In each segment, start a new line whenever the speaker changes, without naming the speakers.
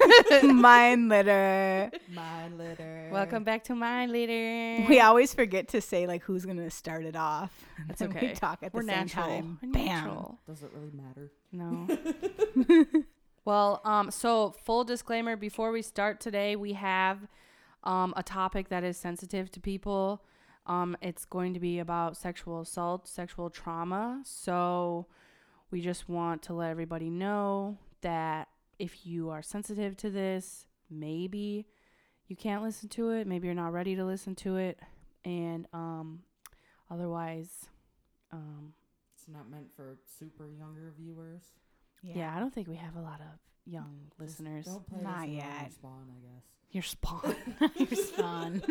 Mind litter.
Mind litter.
Welcome back to Mind Leader.
We always forget to say like who's gonna start it off. and
That's
then
okay.
We talk at the
We're
same
natural.
time.
We're
Bam.
natural.
Does it really matter?
No. well, um, so full disclaimer before we start today, we have um, a topic that is sensitive to people. Um, it's going to be about sexual assault, sexual trauma. So we just want to let everybody know that if you are sensitive to this, maybe you can't listen to it. Maybe you're not ready to listen to it. And um, otherwise, um,
It's not meant for super younger viewers.
yeah. I don't think we have a lot of young listeners.
Don't play
Not
this around your
yet.
Spawn, I guess.
Your spawn.
It's fun.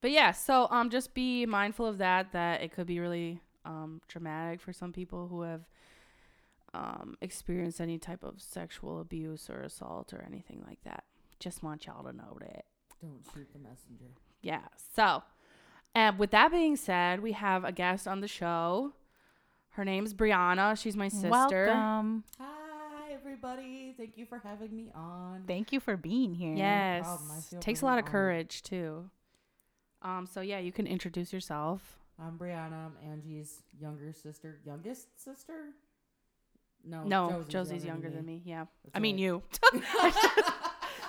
but yeah, so um, just be mindful of that. That it could be really um traumatic for some people who have um experienced any type of sexual abuse or assault or anything like that. Just want y'all to know that.
Don't shoot the messenger.
Yeah. So, and with that being said, we have a guest on the show. Her name's Brianna. She's my sister.
Welcome.
Hi, everybody. Thank you for having me on.
Thank you for being here.
Yes.
problem. I feel
Takes a
really
lot of
honored.
courage too. Um, so yeah, you can introduce yourself.
I'm Brianna. I'm Angie's younger sister. Youngest sister? No.
no,
Oh, Josie's
Josie's younger than me. Yeah. I
That's
mean
right.
you.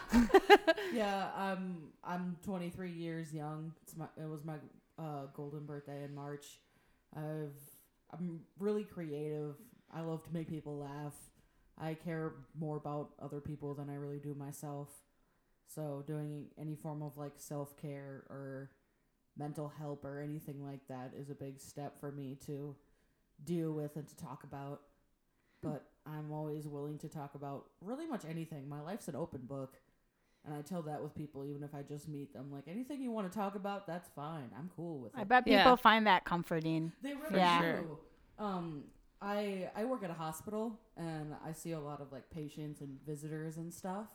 yeah, um, I'm 23 years young. It's my it was my uh, golden birthday in March. I've I'm really creative. I love to make people laugh. I care more about other people than I really do myself. So doing any form of like self care or mental help or anything like that is a big step for me to deal with and to talk about. But I'm always willing to talk about really much anything. My life's an open book. And I tell that with people, even if I just meet them. Like anything you want to talk about, that's fine. I'm cool with it.
I bet people
Yeah.
find that comforting.
They really
Yeah.
sure.
do. Um, I I work at a hospital and I see a lot of like patients and visitors and stuff.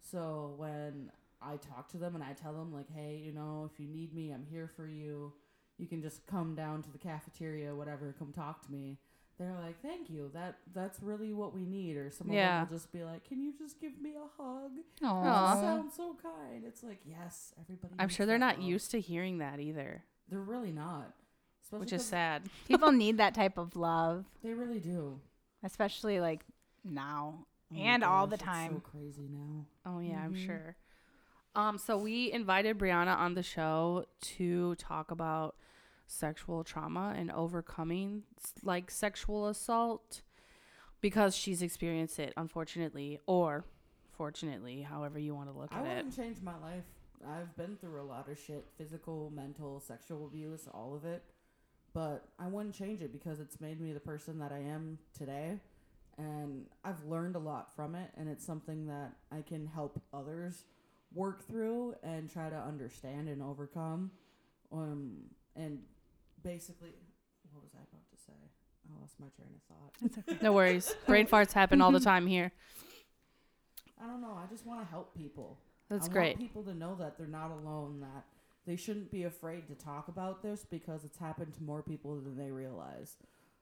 So when I talk to them and I tell them like, hey, you know, if you need me, I'm here for you. You can just come down to the cafeteria, whatever. Come talk to me. They're like, thank you. That that's really what we need. Or some
Yeah.
of them will just be like, can you just give me a hug?
Aw.
You sound so kind. It's like, yes, everybody.
I'm
needs
sure they're
that
not
love."
used to hearing that either,
They're really not. Especially
which is
'cause
sad.
People need that type of love,
They really do.
especially like now
Oh my
and all
gosh,
the
it's
time.
so crazy now.
Oh yeah, I'm sure. Um, so we invited Brianna on the show to talk about sexual trauma and overcoming s- like sexual assault because she's experienced it, unfortunately, or fortunately, however you want to look
I
at it.
wouldn't change my life. I've been through a lot of shit physical, mental, sexual abuse, all of it. But I wouldn't change it because it's made me the person that I am today. And I've learned a lot from it. And it's something that I can help others work through and try to understand and overcome. Um, and basically, what was I about to say? I lost my train of thought.
No worries. Brain farts happen all the time here.
I don't know. I just want to help people.
That's
I
great.
Want people to know that they're not alone. That they shouldn't be afraid to talk about this because it's happened to more people than they realize.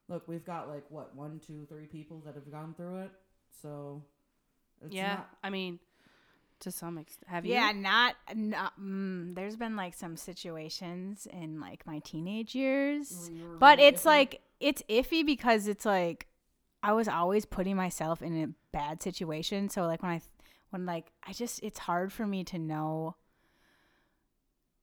Look, we've got like what one, two, three people that have gone through it. So it's
yeah.
not-
I mean, to some extent. Have you?
Yeah, not, not mm, there's been like some situations in like my teenage years,
Where you're
but
really
it's
iffy.
like it's iffy because it's like I was always putting myself in a bad situation. So like when I when like I just it's hard for me to know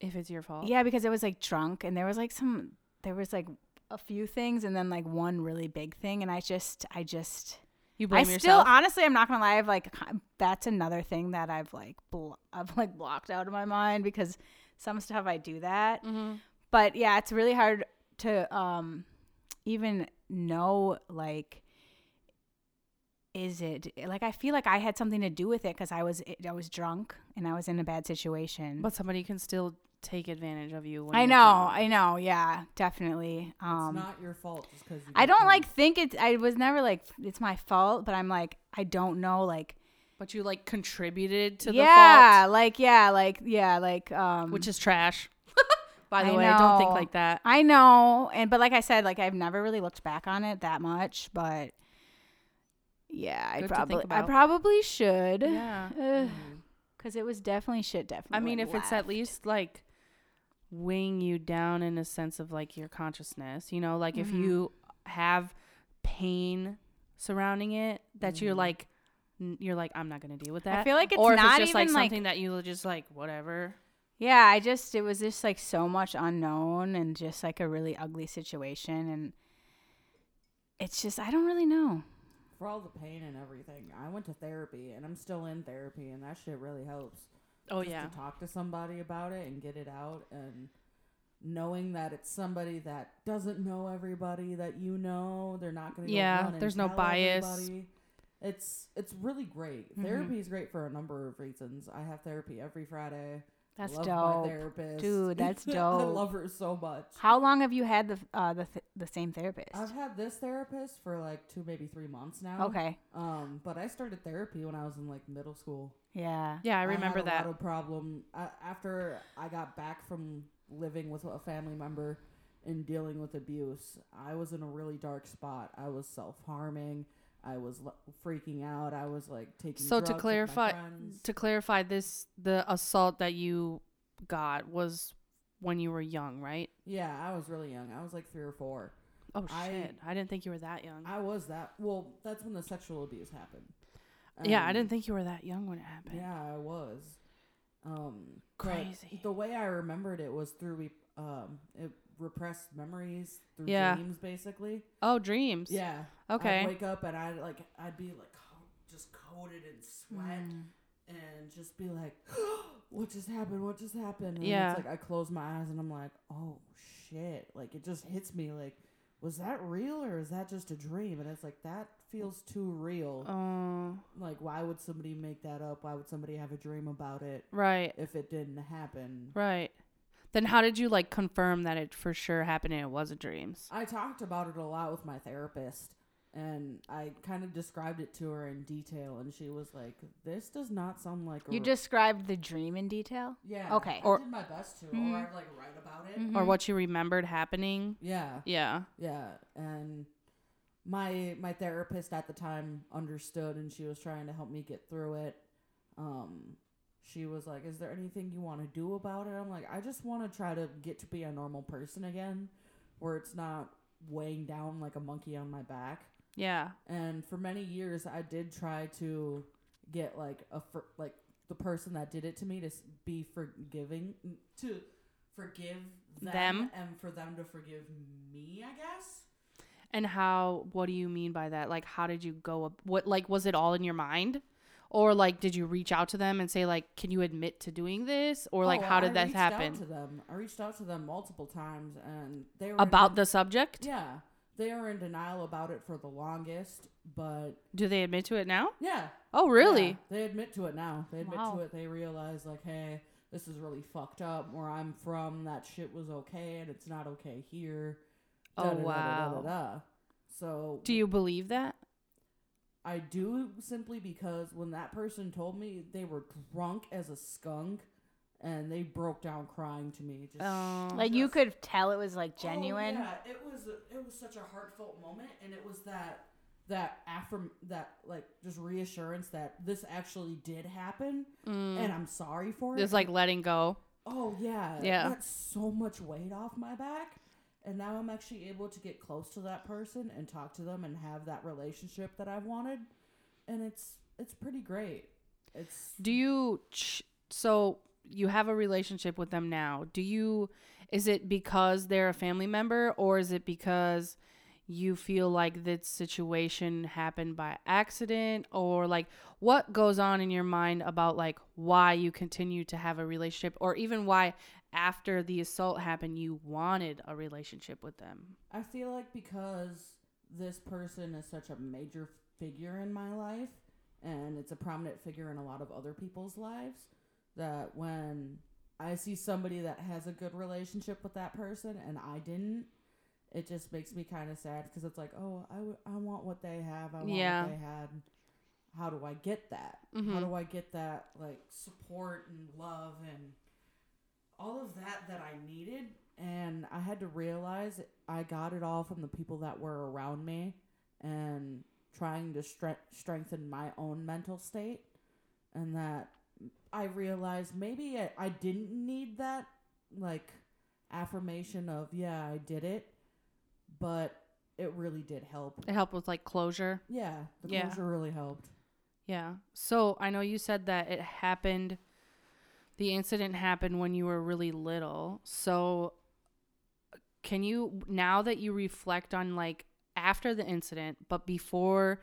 If it's your fault.
Yeah, because it was like drunk and there was like some there was like a few things and then like one really big thing and I just I just
You blame
I still
yourself.
honestly I'm not going to lie I've like ki- that's another thing that I've like blo- I've like blocked out of my mind because some stuff I do that.
Mhm.
But yeah, it's really hard to um even know like is it like I feel like I had something to do with it cuz I was I was drunk and I was in a bad situation.
But somebody can still take advantage of you. When
I
you're
know,
drunk.
I know, yeah, definitely.
it's
Um,
not your fault just because
I don't like think it's. I was never like it's my fault, but I'm like I don't know, like
But you like contributed to the
yeah, like yeah, like yeah, like um,
fault, which is trash. By the
I
way, don't think
know.
like that.
I know, and but like I said, like I've never really looked back on it that much, but Yeah, I
Good to think
probably I
about.
probably should.
Yeah.
Ugh,
Mm.
Cause it was definitely shit. Definitely.
I mean, if
went
it's at
left.
least like weighing you down in a sense of like your consciousness, you know, like if
Mhm.
you have pain surrounding it, that you're
Mhm.
like, n- you're like, I'm not gonna deal with that.
I feel like it's
or if
not
it's just
even
like
like,
something that you just like whatever.
yeah. I just it was just like so much unknown and just like a really ugly situation, and it's just I don't really know.
For all the pain and everything, I went to therapy and I'm still in therapy, and that shit really helps.
Oh
just
yeah.
to talk to somebody about it and get it out and knowing that it's somebody that doesn't know everybody that you know they're not going to
Yeah,
go run and
there's no
tell
bias.
everybody. it's it's really great
Mhm.
therapy is great for a number of reasons i have therapy every friday I
That's
love my
dope.
therapist
Dude, that's
i
dope.
love her so much
How long have you had the uh, the th- the same therapist?
i've had this therapist for like two maybe three months now
Okay.
um but i started therapy when i was in like middle school
Yeah.
Yeah, I
had
remember
a
that.
lot of problem I, after I got back from living with a family member and dealing with abuse. I was in a really dark spot. I was self harming. I was l- freaking out. I was like taking.
So to
drugs with my
clarify-
friends.
to clarify, this the assault that you got was when you were young, right?
yeah, I was really young. I was like three or four.
Oh shit!
I-
I, didn't think you were that young.
I was that. Well, that's when the sexual abuse happened.
yeah, I
Um,
didn't think you were that young when it happened.
Yeah, I was. Um, but
Crazy.
The way I remembered it was through we um it repressed memories through
Yeah.
dreams, basically.
Oh, dreams.
Yeah.
Okay.
I'd wake up and I'd like I'd be like co- just coated in sweat
Hmm.
Mm.
and just be like, what just happened? What just happened? And
Yeah.
It's like I close my eyes and I'm like, oh shit! Like it just hits me like. Was that real or is that just a dream? And it's like that feels too real.
Oh,
Like, why would somebody make that up? Why would somebody have a dream about it?
right,
if it didn't happen.
right. Then how did you like confirm that it for sure happened and it wasn't dreams?
I talked about it a lot with my therapist and I kind of described it to her in detail and she was like, This does not sound like a
You
re-"
described the dream in detail.
Yeah.
okay.
I
Or-
did my best to
Mhm.
or I'd like write about it.
Mhm.
Or what you remembered happening?
Yeah.
Yeah.
Yeah. And my my therapist at the time understood and she was trying to help me get through it. Um she was like, "Is there anything you want to do about it?" I'm like, "I just want to try to get to be a normal person again where it's not weighing down like a monkey on my back."
Yeah.
And for many years I did try to get like a for, like the person that did it to me to s- be forgiving to forgive
Them?
them and for them to forgive me, I guess.
And how what do you mean by that? Like how did you go ab- what like was it all in your mind? Or like did you reach out to them and say like can you admit to doing this? Or like
Oh,
how
I
did that
reached out
happen?
to them. I reached out to them multiple times, and they were in
About
den-
the subject?
Yeah, they were in denial about it for the longest, but
Do they admit to it now?
yeah,
Oh, really?
yeah, they admit to it now. They admit
Wow.
to it. They realize like, hey, this is really fucked up. Where I'm from, that shit was okay, and it's not okay here.
Oh, wow.
da. So
Do you believe that?
I do simply because when that person told me they were drunk as a skunk, and they broke down crying to me. Just
Oh.
Like you could tell it was like genuine.
Oh, yeah, it was it was such a heartfelt moment, and it was that that affirm that like just reassurance that this actually did happen, and I'm sorry for it.
It's like letting go.
oh yeah,
Yeah.
that's so much weight off my back, and now I'm actually able to get close to that person and talk to them and have that relationship that I've wanted, and it's it's pretty great. It's
Do you ch- so you have a relationship with them now? Do you is it because they're a family member or is it because you feel like this situation happened by accident or like what goes on in your mind about like why you continue to have a relationship or even why after the assault happened you wanted a relationship with them?
I feel like because this person is such a major figure in my life and it's a prominent figure in a lot of other people's lives that when I see somebody that has a good relationship with that person and I didn't it just makes me kind of sad because it's like oh I, w- I want what they have I want
Yeah.
what they had how do I get that how
Mhm.
do I get that like support and love and all of that that I needed and I had to realize I got it all from the people that were around me and trying to stre- strengthen my own mental state, and that I realized maybe I, I didn't need that like affirmation of yeah I did it, but it really did help.
It helped with like closure.
Yeah, the
Yeah.
closure really helped.
Yeah. So I know you said that it happened, the incident happened when you were really little. So can you, now that you reflect on like after the incident, but before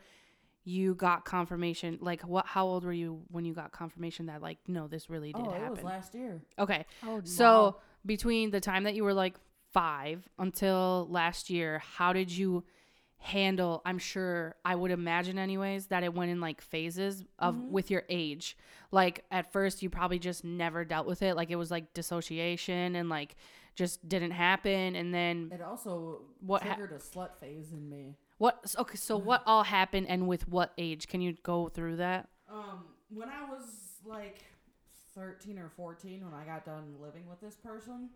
you got confirmation, like what, how old were you when you got confirmation that like, no, this really did
oh, it was
happen?
last year.
okay.
Oh,
So between the time that you were like five until last year, how did you handle? I'm sure I would imagine, anyways, that it went in like phases of
Mhm.
with your age. Like at first, you probably just never dealt with it. Like it was like dissociation and like just didn't happen. And then
It also
What ha-
triggered a slut phase in me.
what? so- Okay, so what all happened and with what age? Can you go through that?
Um, when I was like 13 or 14, when I got done living with this person,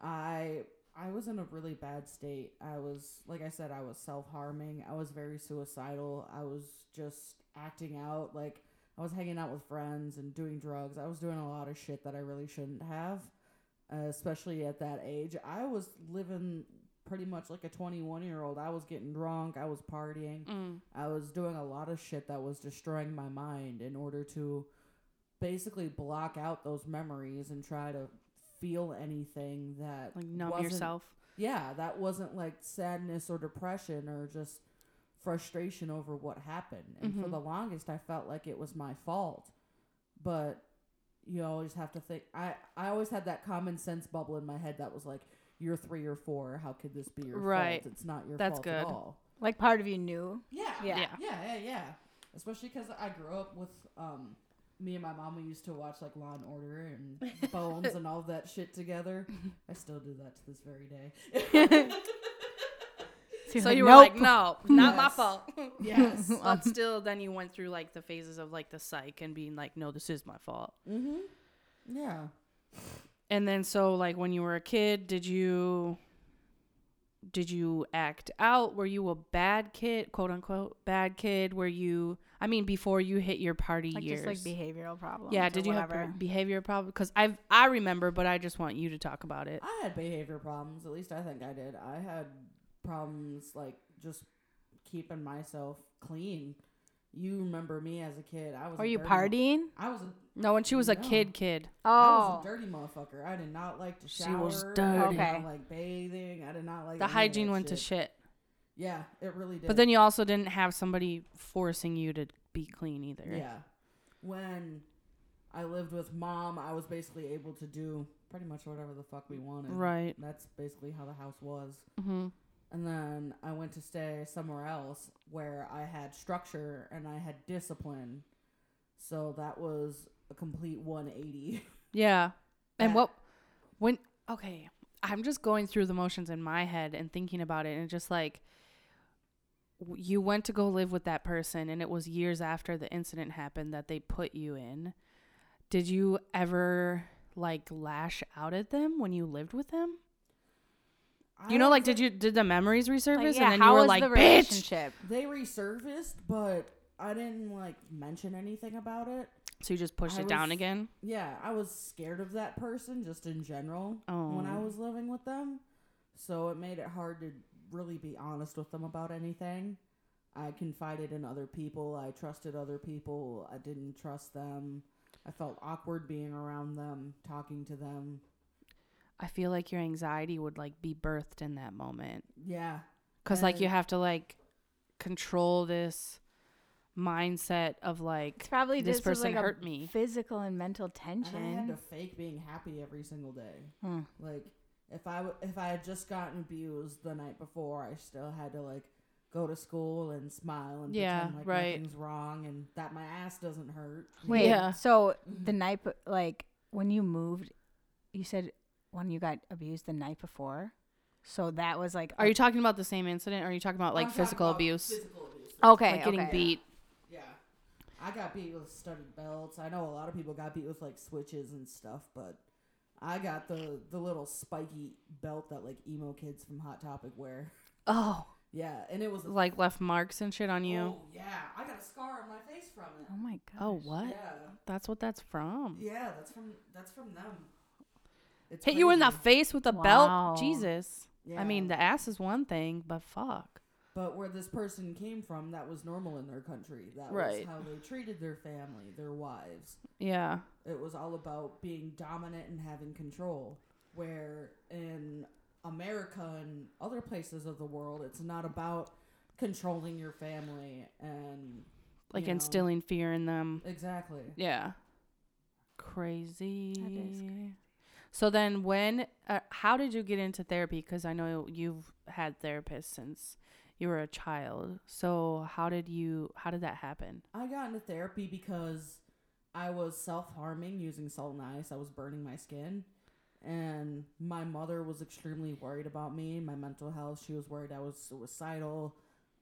I I was in a really bad state. I was like I said, I was self harming. I was very suicidal. I was just acting out. Like I was hanging out with friends and doing drugs. I was doing a lot of shit that I really shouldn't have, uh, especially at that age. I was living pretty much like a 21 year old. I was getting drunk. I was partying.
Mm.
I was doing a lot of shit that was destroying my mind in order to basically block out those memories and try to feel anything that
Like numb
wasn't-
yourself.
Yeah, that wasn't like sadness or depression or just frustration over what happened. And for
Mhm.
the longest I felt like it was my fault. But you always have to think I I always had that common sense bubble in my head that was like you're 3 or 4, how could this be your
Right.
fault? It's not your
That's
fault
good.
at all.
like part of you knew.
Yeah,
Yeah.
Yeah.
yeah, yeah, yeah. Especially because I grew up with um, me and my mom. We used to watch like Law and Order and Bones and all that shit together. I still do that to this very day.
you're
So
like,
you were
"Nope."
like, no, not my
Yes.
fault.
yes.
but still then you went through like the phases of like the psych and being like no this is my fault
Mm-hmm. Yeah.
and then so like when you were a kid did you did you act out were you a bad kid quote unquote bad kid were you i mean before you hit your party
like
years
just like behavioral problems.
yeah
or
did you
whatever.
have behavior problems because i i remember but i just want you to talk about
Uh,
it
I had behavior problems. At least I think I did. I had problems like just keeping myself clean. You remember me as a kid? I was.
Were
a
you
dirty-
partying?
I was a.
no when she was a
No.
kid kid
I was
Oh,
a dirty motherfucker. I did not like to
She
shower.
was
I
dirty.
did not
Okay.
like bathing. I did not like
the
any of
hygiene
that
went to shit
Yeah, it really did.
but then you also didn't have somebody forcing you to be clean either
yeah, when I lived with mom, I was basically able to do pretty much whatever the fuck we wanted.
right
That's basically how the house was.
Mm-hmm.
hmm
And then I went to stay somewhere else where I had structure and I had discipline. So that was a complete 180.
Yeah. And
Yeah.
what when okay, I'm just going through the motions in my head and thinking about it and just like w- you went to go live with that person and it was years after the incident happened that they put you in. Did you ever like lash out at them when you lived with them? you know, like did you did the memories resurface
like,
and
yeah.
then
How
you were
was
like,
the
bitch?
relationship?
They resurfaced, but I didn't like mention anything about it.
So you just pushed
I
it down
was-
again?
Yeah, I was scared of that person just in general when I
Oh.
was living with them. So it made it hard to really be honest with them about anything. I confided in other people. I trusted other people. I didn't trust them. I felt awkward being around them, talking to them.
I feel like your anxiety would like be birthed in that moment.
Yeah.
because like you
And-
have to like control this mindset of
It's
like
probably
this
just was,
person
like, a
hurt me
Physical and mental
And
Oh,
I had to
tension.
fake being happy every single day.
Hmm.
Like if I w- if I had just gotten abused the night before, I still had to like go to school and smile and
Yeah,
pretend like
right.
nothing's wrong and that my ass doesn't hurt.
Wait,
Yeah.
so the night, be- like when you moved, you said when you got abused the night before. So that was like,
are you talking about the same incident or are you talking about like
I'm talking
physical
about
abuse Oh.
Physical abuse.
okay?
like getting
okay.
beat
Yeah. I got beat with studded belts. I know a lot of people got beat with like switches and stuff, but I got the the little spiky belt that like emo kids from Hot Topic wear.
oh
Yeah, and it was
like left marks and shit on you.
Oh, yeah, I got a scar on my face from it.
Oh my god.
Oh, what?
Yeah,
That's what that's from.
yeah, that's from that's from them. It's
Hit you in the
crazy.
face with a
Wow.
belt, Jesus.
Yeah.
I mean, the ass is one thing, but fuck.
But where this person came from, that was normal in their country. That
Right.
was how they treated their family, their wives.
Yeah.
It was all about being dominant and having control. Where in America and other places of the world, it's not about controlling your family and
Like
you know,
instilling fear in them.
Exactly.
Yeah. Crazy.
crazy.
So then, when, uh, how did you get into therapy? Because I know you've had therapists since you were a child. So how did you? How did that happen?
I got into therapy because I was self harming using salt and ice. I was burning my skin. And my mother was extremely worried about me, my mental health. She was worried I was suicidal.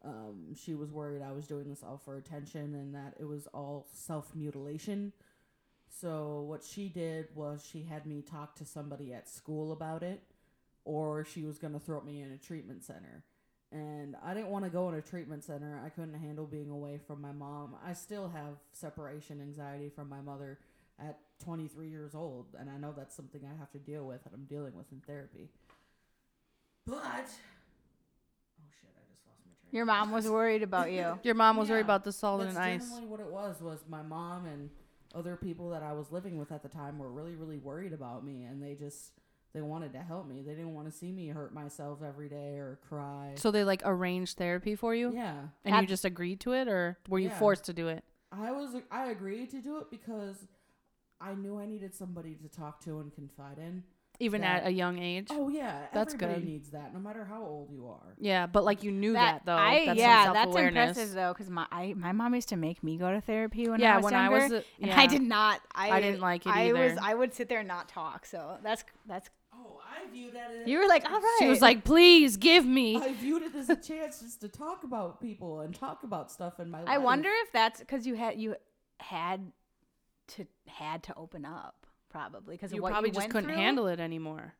Um, she was worried I was doing this all for attention and that it was all self mutilation. So, what she did was she had me talk to somebody at school about it, or she was going to throw me in a treatment center and I didn't want to go in a treatment center. I couldn't handle being away from my mom. I still have separation anxiety from my mother at 23 years old, and I know that's something I have to deal with and I'm dealing with in therapy. But oh shit, I just lost my train.
Your mom was worried about you.
Your mom was worried
Yeah.
about the salt
That's
and ice.
generally what it was. Was my mom and other people that I was living with at the time were really, really worried about me, and they just they wanted to help me. They didn't want to see me hurt myself every day or cry.
So they like arranged therapy for you,
yeah.
and you
At-
just agreed to it, or were you
Yeah.
forced to do it?
I was I agreed to do it because I knew I needed somebody to talk to and confide in.
Even
That-
at a young age.
Oh yeah,
That's
everybody
good.
needs that, no matter how old you are.
Yeah, but like you knew that, though.
I,
that's
yeah,
some
that's
self-awareness.
impressive though, because my I, my mom used to make me go to therapy when
yeah,
I was
when
younger,
I was, a,
and
yeah.
I did not. I,
I didn't like it
I was
either.
I would sit there and not talk. So that's that's
Oh, I view that as
you were like all right.
She was like, "Please give me."
I viewed it as a chance just to talk about people and talk about stuff in my life.
I wonder if that's because you had you had to had to open up probably because
you
what
probably
you
just
went
couldn't
through.
handle it anymore.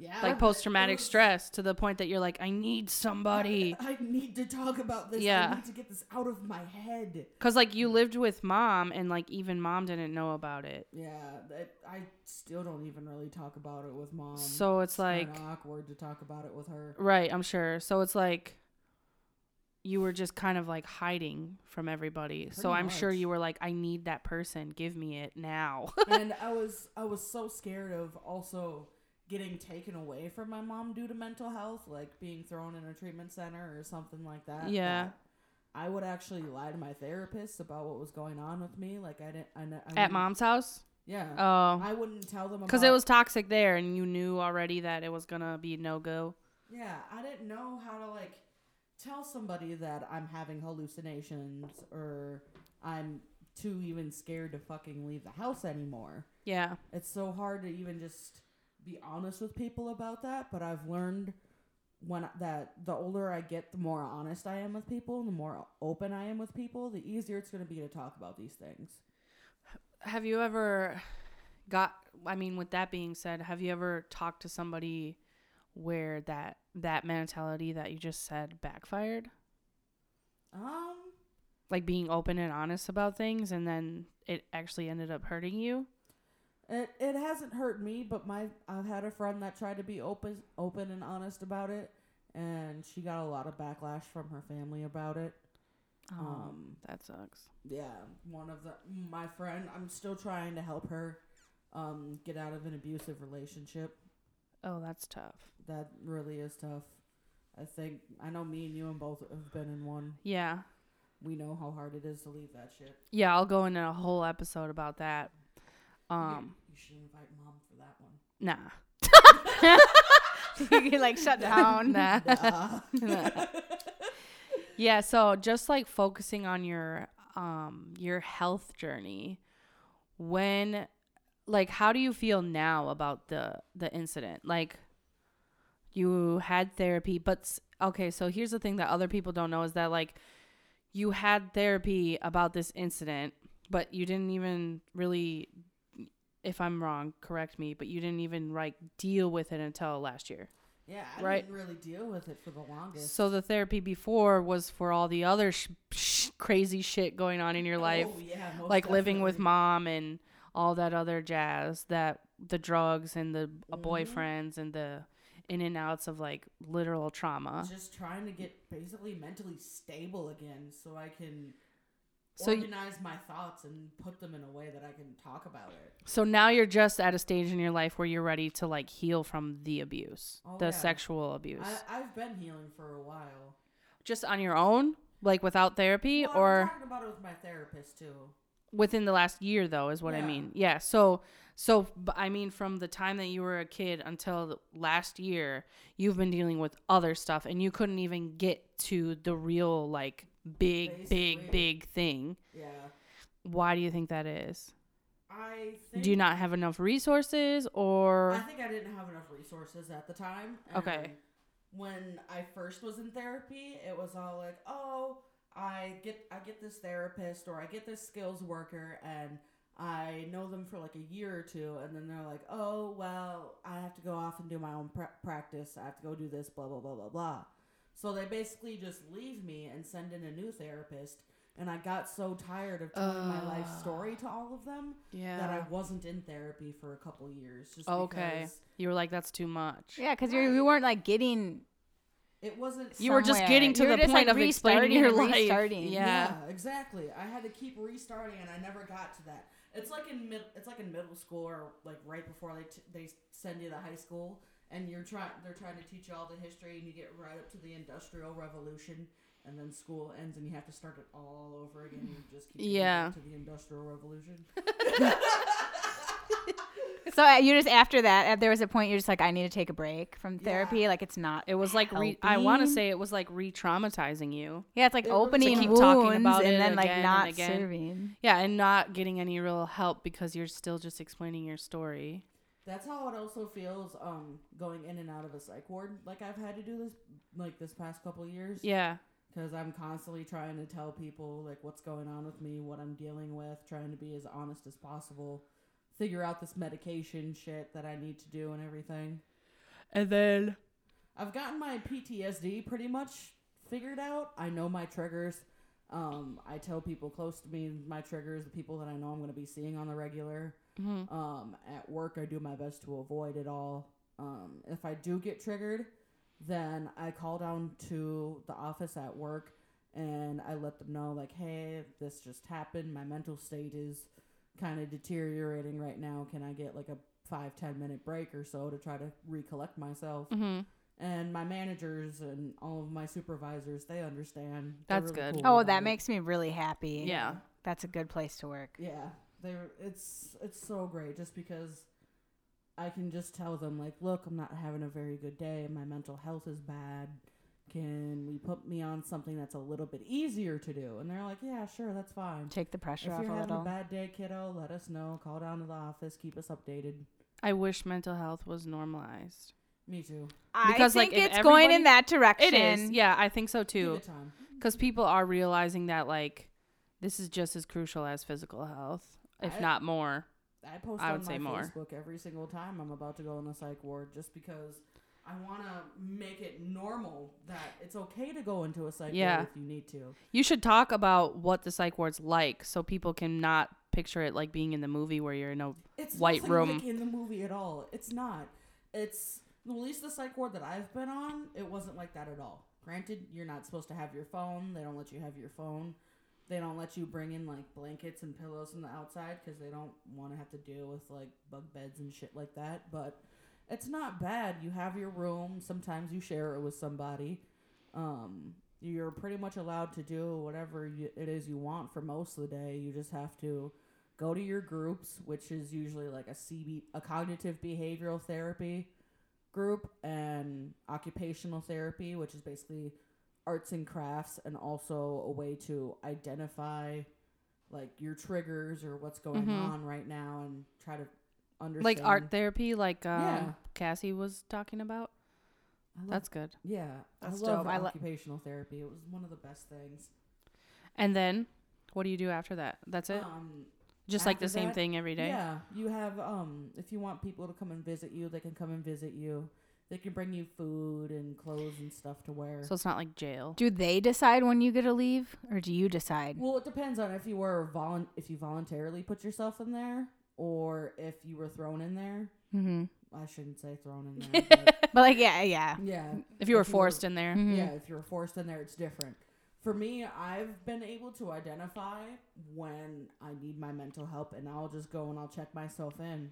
Yeah,
like
but
post traumatic
Oh, it was-
stress to the point that you're like, I need somebody.
I need to talk about this.
Yeah.
I need to get this out of my head.
Cause like you lived with mom and like even mom didn't know about it.
Yeah, that, I still don't even really talk about it with mom.
so it's like,
kinda awkward to talk about it with her.
right, I'm sure. So it's like you were just kind of like hiding from everybody. so
Pretty
I'm sure
much.
you were like, I need that person. Give me it now.
and I was I was so scared of also getting taken away from my mom due to mental health, like being thrown in a treatment center or something like that.
Yeah.
that I would actually lie to my therapist about what was going on with me. Like I didn't. I, ne- I
At
wouldn't-
mom's house.
Yeah.
Oh.
I wouldn't tell them
Because
about-
it was toxic there and you knew already that it was gonna be no go.
Yeah, I didn't know how to like tell somebody that I'm having hallucinations or I'm too even scared to fucking leave the house anymore.
Yeah.
it's so hard to even just be honest with people about that but i've learned when that the older i get the more honest i am with people and the more open i am with people the easier it's going to be to talk about these things
Have you ever got I mean with that being said, have you ever talked to somebody where that that mentality that you just said backfired?
um
Like being open and honest about things and then it actually ended up hurting you?
it, it hasn't hurt me but my i've had a friend that tried to be open open and honest about it and she got a lot of backlash from her family about it
Oh.
um
That sucks.
yeah one of the my friend i'm still trying to help her um get out of an abusive relationship
Oh, that's tough.
That really is tough. I think I know me and you and both have been in one.
Yeah.
We know how hard it is to leave that shit.
Yeah, I'll go into a whole episode about that. Um,
you should invite mom for that one.
nah.
You're like shut down.
Nah.
Nah.
Yeah, so just like focusing on your um your health journey when like how do you feel now about the the incident? Like you had therapy, but s- okay, so here's the thing that other people don't know is that like you had therapy about this incident, but you didn't even really if I'm wrong, correct me, but you didn't even like deal with it until last year.
Yeah, I
Right.
didn't really deal with it for the longest.
So the therapy before was for all the other sh- sh- crazy shit going on in your life,
Oh, yeah, most
like living with
definitely.
mom and all that other jazz, that the drugs and the uh,
Mhm.
boyfriends and the in and outs of like literal trauma.
just trying to get basically mentally stable again so I can
So y-
organize my thoughts and put them in a way that I can talk about it.
So now you're just at a stage in your life where you're ready to like heal from the abuse,
Oh,
the
yeah.
sexual abuse,
I, I've been healing for a while.
just on your own, like without therapy
Well,
or.
I'm talking about it with my therapist too.
within the last year though is what i
Yeah.
mean yeah so so b- i mean from the time that you were a kid until the last year you've been dealing with other stuff and you couldn't even get to the real like big
Basically.
big big thing
Yeah,
why do you think that is
I think,
do you not have enough resources or
I think I didn't have enough resources at the time. and
Okay.
When I first was in therapy, it was all like, "Oh, I get I get this therapist or I get this skills worker and I know them for like a year or two and then they're like, "Oh, well, I have to go off and do my own pra- practice. I have to go do this blah blah blah blah blah." So they basically just leave me and send in a new therapist. And I got so tired of telling my life
Ugh.
story to all of them that I wasn't in therapy for a couple years. Just
Oh, Okay.
because
you were like that's too much
Yeah, because you you weren't like getting.
It wasn't.
You were just
somewhere.
getting to
You were
the
just,
point
like,
of explaining
restarting
your
and
life.
restarting.
Yeah.
yeah. exactly. I had to keep restarting, and I never got to that. It's like in mid, it's like in middle school, or like right before they t- they send you to high school, and you're trying they're trying to teach you all the history, and you get right up to the Industrial Revolution, and then school ends, and you have to start it all over again. You just keep going
Yeah.
back to the Industrial Revolution.
So uh, you just after that, uh, there was a point you're just like, I need to take a break from therapy. Like it's not.
it was like re- i want to
Helping?
say it was like re-traumatizing you
Yeah, it's like
It was-
opening
To keep
wounds
talking about
and
it
then like
again and
not
again.
serving.
Yeah, and not getting any real help because you're still just explaining your story.
That's how it also feels um, going in and out of a psych ward. Like I've had to do this like this past couple years.
Yeah.
because I'm constantly trying to tell people like what's going on with me, what I'm dealing with, trying to be as honest as possible, figure out this medication shit that I need to do and everything.
And then
I've gotten my PTSD pretty much figured out. I know my triggers. Um, I tell people close to me my triggers, the people that I know I'm going to be seeing on the regular.
Mm-hmm.
Um, at work, I do my best to avoid it all. Um, if I do get triggered, then I call down to the office at work and I let them know, like, hey, this just happened. My mental state is kind of deteriorating right now. Can I get like a five ten minute break or so to try to recollect myself?
Mm-hmm.
And my managers and all of my supervisors, they understand. They're
That's good.
Oh,
about
that
it.
makes me really happy.
Yeah.
that's a good place to work.
Yeah, they it's it's so great just because I can just tell them like, look, I'm not having a very good day. My mental health is bad. Can we put me on something that's a little bit easier to do? And they're like, yeah, sure, that's fine.
Take the
If
pressure off
you're
a
having a
little.
bad day, kiddo, let us know. Call down to the office. Keep us updated.
I wish mental health was normalized.
Me too.
Because
Because,
I
like,
think
if
it's going
everybody-
in that
It
direction.
is. Yeah, I think so
Give
too.
it time.
Because people are realizing that, like, this is just as crucial as physical health, if
I-
not more.
I post
I
on
would say
my
more.
Facebook every single time I'm about to go in the psych ward just because I want to make it normal that it's okay to go into a psych
Yeah.
ward if you need to.
You should talk about what the psych ward's like so people can not picture it like being in the movie where you're in a.
It's
White
nothing
room.
like in the movie at all. It's not. It's well, at least the psych ward that I've been on. It wasn't like that at all. Granted, you're not supposed to have your phone. They don't let you have your phone. They don't let you bring in like blankets and pillows from the outside because they don't want to have to deal with like bug beds and shit like that. But it's not bad. You have your room. Sometimes you share it with somebody. Um, you're pretty much allowed to do whatever you, it is you want for most of the day. You just have to go to your groups, which is usually like a CB, a cognitive behavioral therapy group, and occupational therapy, which is basically arts and crafts, and also a way to identify like your triggers or what's going
Mhm.
on right now, and try to understand.
Like art therapy, like um,
Yeah.
Cassie was talking about.
I love-
That's good.
yeah,
That's
I love
dope. I lo-
occupational therapy. It was one of the best things.
And then, what do you do after that? That's it?
Um,
Just like the
after
same
that-
thing every day?
Yeah, you have um if you want people to come and visit you, they can come and visit you. They can bring you food and clothes and stuff to wear.
So it's not like jail.
Do they decide when you get to leave, or do you decide?
well, it depends on if you were volun if you voluntarily put yourself in there or if you were thrown in there.
Mm-hmm.
I shouldn't say thrown in there. but
But like, yeah, yeah.
yeah.
If you were forced in there.
Mhm.
Yeah, if you're forced in there, it's different. For me, I've been able to identify when I need my mental help, and I'll just go and I'll check myself in.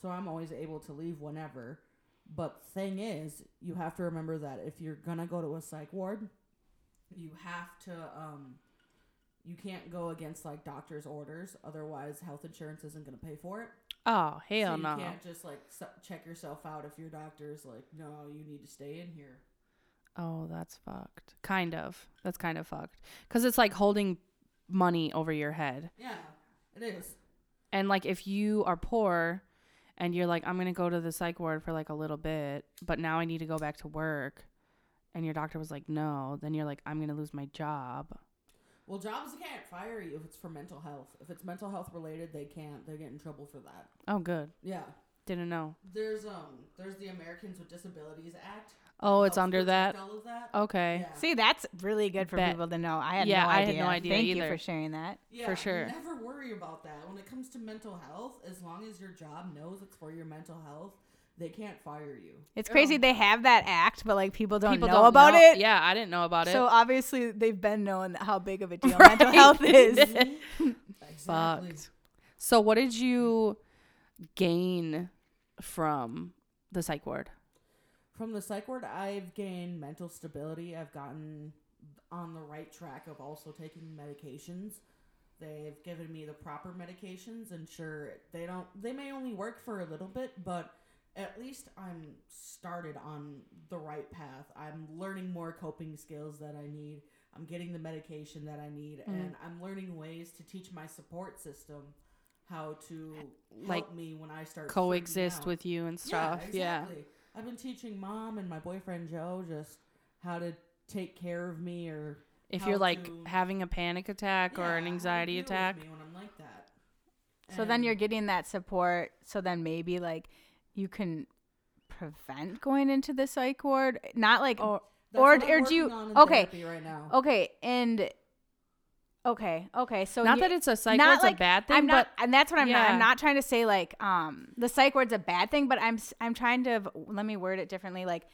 So I'm always able to leave whenever. But thing is, you have to remember that if you're gonna go to a psych ward, you have to um, you can't go against like doctor's orders. Otherwise, health insurance isn't gonna pay for it.
Oh, hell
so you
no.
can't just like su- check yourself out if your doctor's like, no, you need to stay in here.
Oh, that's fucked. Kind of. That's kind of fucked. Because it's like holding money over your head.
Yeah, it is.
And like if you are poor and you're like, I'm going to go to the psych ward for like a little bit, but now I need to go back to work. And your doctor was like, no. Then you're like, I'm going to lose my job.
Well, jobs can't fire you if it's for mental health. If it's mental health related, they can't. They get in trouble for that.
Oh, good.
Yeah.
Didn't know.
There's um there's the Americans with Disabilities Act.
Oh,
that
it's
helps
under that.
protect All of that.
Okay.
Yeah.
See, that's really good for
Bet.
people to know. I had
Yeah,
no
I
idea.
had no idea
Thank you
either.
for sharing that.
Yeah,
for
you
sure.
Never worry about that. When it comes to mental health, as long as your job knows it's for your mental health, they can't fire you.
It's crazy they have that act, but like people don't
People
know about
know-
it.
Yeah, I didn't know about
So
it.
obviously they've been knowing how big of a deal
Right.
mental health is.
Mm-hmm. Exactly.
Fucked. So what did you gain from the psych ward?
From the psych ward, I've gained mental stability. I've gotten on the right track of also taking medications. They've given me the proper medications, and sure, they don't. They may only work for a little bit, but at least I'm started on the right path. I'm learning more coping skills that I need. I'm getting the medication that I need,
Mm-hmm.
and I'm learning ways to teach my support system how to
Like,
help me when I start freaking
Coexist
out.
with you and stuff. Yeah.
I've been teaching mom and my boyfriend Joe just how to take care of me or
If
how
you're like
to-
having a panic attack
Yeah,
or
how
an
to
anxiety
deal with
attack.
me when I'm like that.
So then
And-
you're getting that support. So then maybe like you can prevent going into the psych ward. Not like
Or
That's
or-
what I'm
or do you-
working on in
okay. Oh.
therapy right now.
okay, and okay, okay. So
not
you-
that it's a psych
not
ward's
like-
a bad thing,
I'm not,
but
and that's what I'm not.
yeah.
I'm not trying to say like um the psych word's a bad thing, but I'm s- I'm trying to let me word it differently, like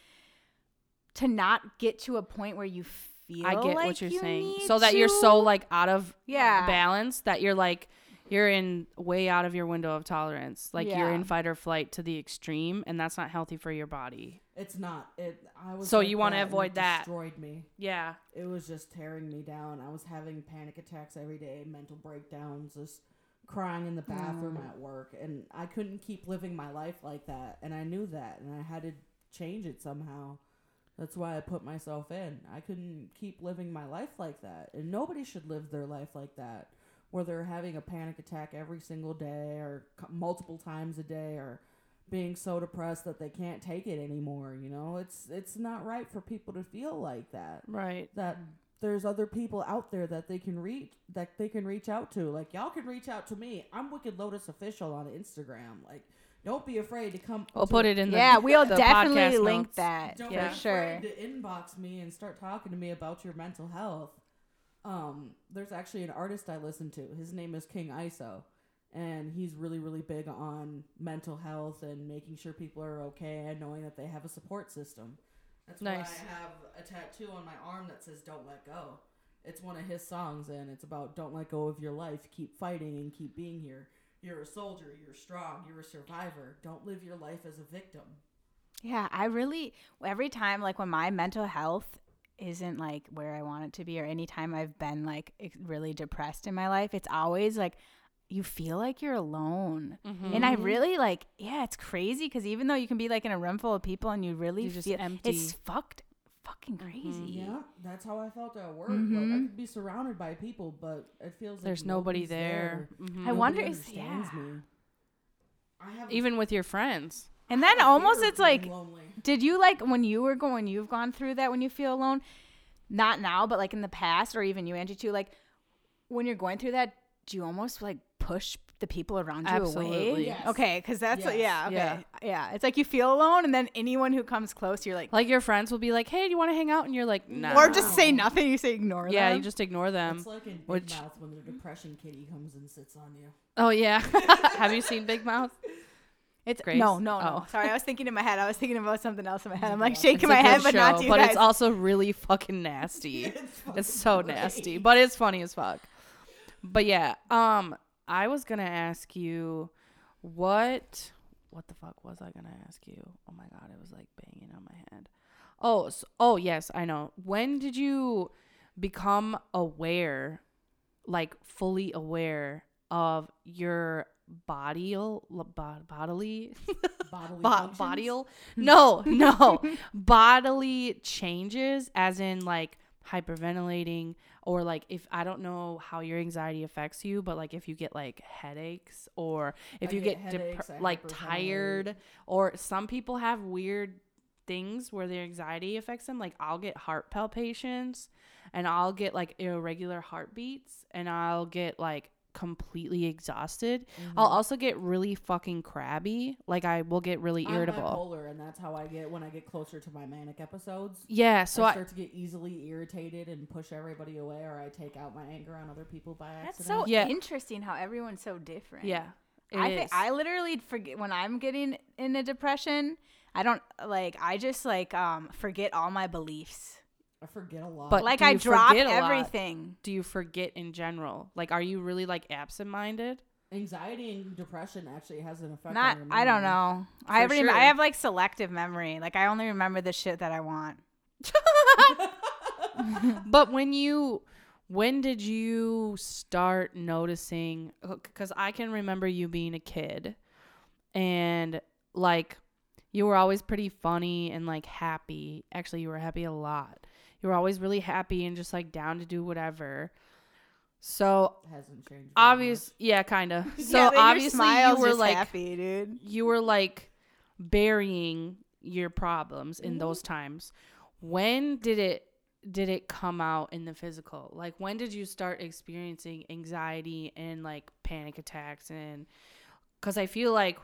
to not get to a point where you feel.
I get
like
what you're
you
saying.
need
So that you're so
to.
like out of
Yeah.
balance that you're like you're in way out of your window of tolerance. Like you're
Yeah.
in fight or flight to the extreme and that's not healthy for your body.
It's not. It I was
So
like
you wanna
that, and it
avoid that.
Destroyed me.
Yeah.
It was just tearing me down. I was having panic attacks every day, mental breakdowns, just crying in the bathroom at work, and I couldn't keep living my life like that. And I knew that, and I had to change it somehow. That's why I put myself in. I couldn't keep living my life like that, and nobody should live their life like that, where they're having a panic attack every single day, or c- multiple times a day, or being so depressed that they can't take it anymore. You know, it's it's not right for people to feel like that
Right.
that there's other people out there that they can reach that they can reach out to. Like y'all can reach out to me. I'm Wicked Lotus official on Instagram. Like don't be afraid to come.
We'll
to-
put it in the
Yeah, we'll
the
definitely
podcast
link
notes.
that
Don't
for
be
sure.
afraid to inbox me and start talking to me about your mental health. Um, there's actually an artist I listen to. His name is King ISO, and he's really really big on mental health and making sure people are okay and knowing that they have a support system. That's
Nice.
why I have a tattoo on my arm that says "Don't Let Go." It's one of his songs, and it's about don't let go of your life, keep fighting and keep being here. You're a soldier. You're strong. You're a survivor. Don't live your life as a victim.
Yeah, I really every time like when my mental health isn't like where I want it to be or anytime I've been like ex- really depressed in my life, it's always like you feel like you're alone. And
Mm-hmm.
I really like yeah, it's crazy cuz even though you can be like in a room full of people and you really
You're just
feel
empty. Mm-hmm.
it's fucked fucking crazy.
Yeah, that's how I felt at work. Like I
Mhm.
could be surrounded by people, but it feels like Mm-hmm.
There's nobody
nobody's
there. Mhm.
I wonder
Nobody
if-
understands
yeah.
me. I have
Even with your friends.
And
I
then
have a
almost
fear of
it's like
being lonely.
Did you like when you were going, you've gone through that when you feel alone? Not now, but like in the past, or even you, Angie, too. Like when you're going through that, do you almost like push the people around you away.
Absolutely.
Yes.
Okay, because that's
Yes.
yeah, okay, yeah,
Yeah.
It's like you feel alone, and then anyone who comes close, you're like,
Like your friends will be like, "Hey, do you want to hang out?" And you're like, "No."
or just say nothing. You say ignore
yeah,
them.
you just ignore them.
It's like in Big
um, which-
Mouth when the depression kitty comes and sits on you.
oh yeah. Have you seen Big Mouth?
it's
Grace.
no, no, no.
Oh.
Sorry, I was thinking in my head. I was thinking about something else in my head. I'm like
It's
shaking
It's
my
a good
head, but not to you
but
guys.
it's also really fucking nasty. it's so nasty, but it's funny as fuck. But yeah, um, I was gonna ask you what what the fuck was I gonna ask you? Oh my god, it was like banging on my head. Oh, s oh yes, I know. When did you become aware, like fully aware of your body, bodily
bodily
bo-
functions? Hmm.
bodily no no bodily changes as in like hyperventilating or like if i don't know how your anxiety affects you but like if you get like headaches or if
I
you
get
get, dep-
headaches, I
like
hyperventilate.
tired or some people have weird things where their anxiety affects them like i'll get heart palpitations and i'll get like irregular heartbeats and i'll get like completely exhausted I'll
Mm-hmm.
also get really fucking crabby. Like I will get really
I'm
irritable.
bipolar, and that's how I get when I get closer to my manic episodes.
Yeah, so
I,
I,
start to get easily irritated and push everybody away, or I take out my anger on other people by
that's
accident.
so
Yeah.
interesting how everyone's so different.
yeah. it
I think
is.
I literally forget when I'm getting in a depression. I don't like. I just like um forget all my beliefs.
I forget a lot.
But-
Like
do
I
you
drop
forget a lot?
everything.
do you forget in general? Like are you really like absent-minded?
anxiety and depression actually has an effect.
Not.
on your
I don't
memory.
know. I
For
rem- I
sure.
have like selective memory. Like I only remember the shit that I want.
but when you when did you start noticing cuz I can remember you being a kid and like you were always pretty funny and like happy. Actually, you were happy a lot. You were always really happy and just like down to do whatever. So
Hasn't changed. very
obvious yeah kind of so
Yeah, but your
obviously you
smile's
were
just
like
happy, dude.
you were like burying your problems
Mm-hmm.
in those times when did it did it come out in the physical like when did you start experiencing anxiety and like panic attacks and because i feel like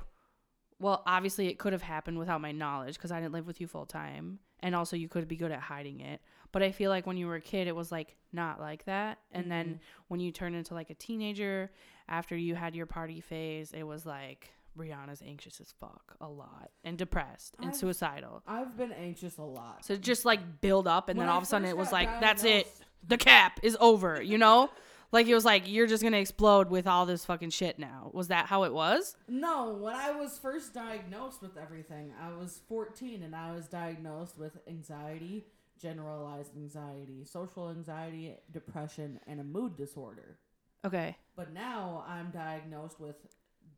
well obviously it could have happened without my knowledge because i didn't live with you full time and also you could be good at hiding it but i feel like when you were a kid it was like not like that and then when you turned into like a teenager after you had your party phase it was like brianna's anxious as fuck a lot and depressed and
I've-
suicidal
much. I've been anxious a lot.
so it just like build up, and
When
then all
I
of a sudden
first
it was
got
like, that's it.
diagnosed-
The cap is over, you know? like it was like, you're just gonna explode with all this fucking shit now. Was that how it was?
No, when I was first diagnosed with everything, I was 14 and I was diagnosed with anxiety, generalized anxiety, social anxiety, depression, and a mood disorder.
Okay.
But now I'm diagnosed with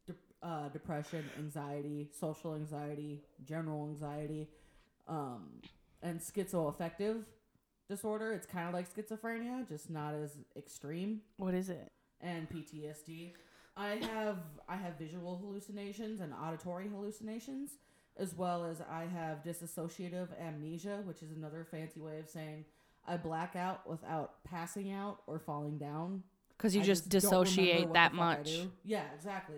de- uh, depression, anxiety, social anxiety, general anxiety, um, and schizoaffective disorder. It's kind of like schizophrenia, just not as extreme
What is it?
and PTSD. I have I have visual hallucinations and auditory hallucinations, as well as I have dissociative amnesia, which is another fancy way of saying I black out without passing out or falling down.
Because you
I
just,
don't remember
dissociate
what
that
the fuck I
much.
do. Yeah, exactly.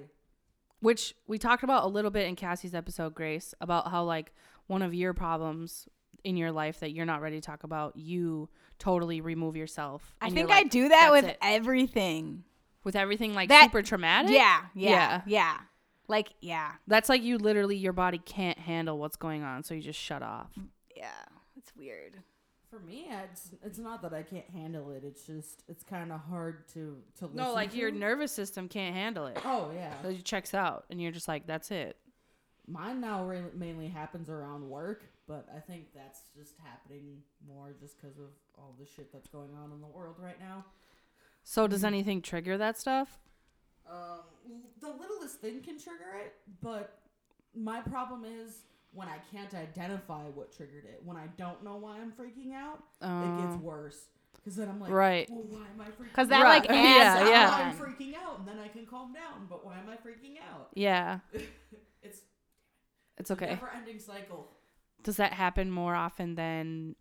Which we talked about a little bit in Cassie's episode, Grace, about how like one of your problems in your life that you're not ready to talk about, you totally remove yourself.
I
and you're
think I
like,
do that
"That's
with
it."
everything.
with everything like
That-
super traumatic.
Yeah, yeah, yeah,
Yeah.
Like yeah,
That's like you literally your body can't handle what's going on, so you just shut off.
yeah. It's weird.
For me, it's it's not that I can't handle it. It's just it's kind of hard to to listen
No, like
to.
your nervous system can't handle it.
Oh yeah,
So it checks out, and you're just like, that's it.
mine now re- mainly happens around work, but I think that's just happening more just because of all the shit that's going on in the world right now.
So does anything trigger that stuff?
Um, the littlest thing can trigger it, but my problem is when I can't identify what triggered it. When I don't know why I'm freaking out, it
Oh.
gets worse. Because then I'm like,
Right.
Well, why am I freaking?
'Cause that,
Right.
like, adds
Yeah,
Now
yeah.
"Oh, I'm
on.
freaking out, and then I can calm down. But why am I freaking out?
Yeah,
It's
it's okay.
never-ending cycle.
Does that happen more often than?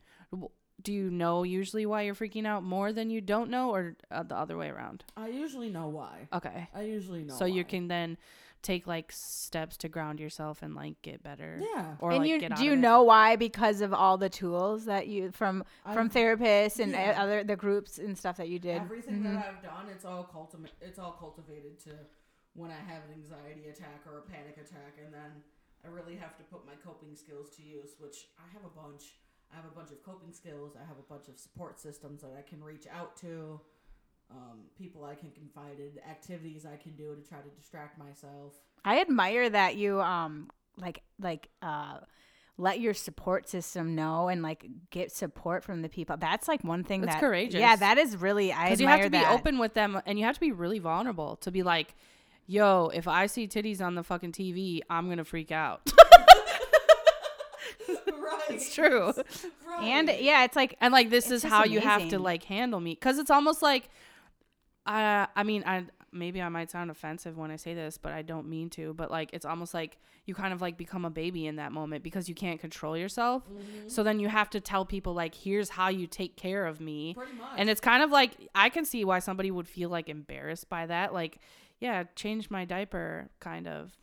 do you know usually why you're freaking out more than you don't know, or uh, the other way around?
I usually know why.
Okay.
I usually know.
so you
why.
can then take like steps to ground yourself and like get better.
Yeah.
Or
and
like
you
get out
do you
of it.
know why? Because of all the tools that you from from
I've-
therapists and uh,
yeah.
other the groups and stuff that you did.
Everything
Mhm.
that
Mm-hmm.
I've done, it's all cultivated. It's all cultivated to when I have an anxiety attack or a panic attack, and then I really have to put my coping skills to use, which I have a bunch. I have a bunch of coping skills. I have a bunch of support systems that I can reach out to, um, people I can confide in, activities I can do to try to distract myself.
I admire that you um like like uh let your support system know and like get support from the people. That's like one thing
That's
that
courageous.
Yeah, that is really I
because
admire
you have to be
that.
open with them and you have to be really vulnerable to be like yo if i see titties on the fucking tv i'm gonna freak out
right.
it's true
Right.
And yeah, it's like
and like this
It's
is
just
how you have to
amazing.
like handle me because it's almost like uh, i mean i maybe i might sound offensive when i say this but i don't mean to but like it's almost like you kind of like become a baby in that moment because you can't control yourself so then you have to tell people like here's how you take care of me
Pretty much.
And it's kind of like I can see why somebody would feel like embarrassed by that. Like, yeah, change my diaper, kind of.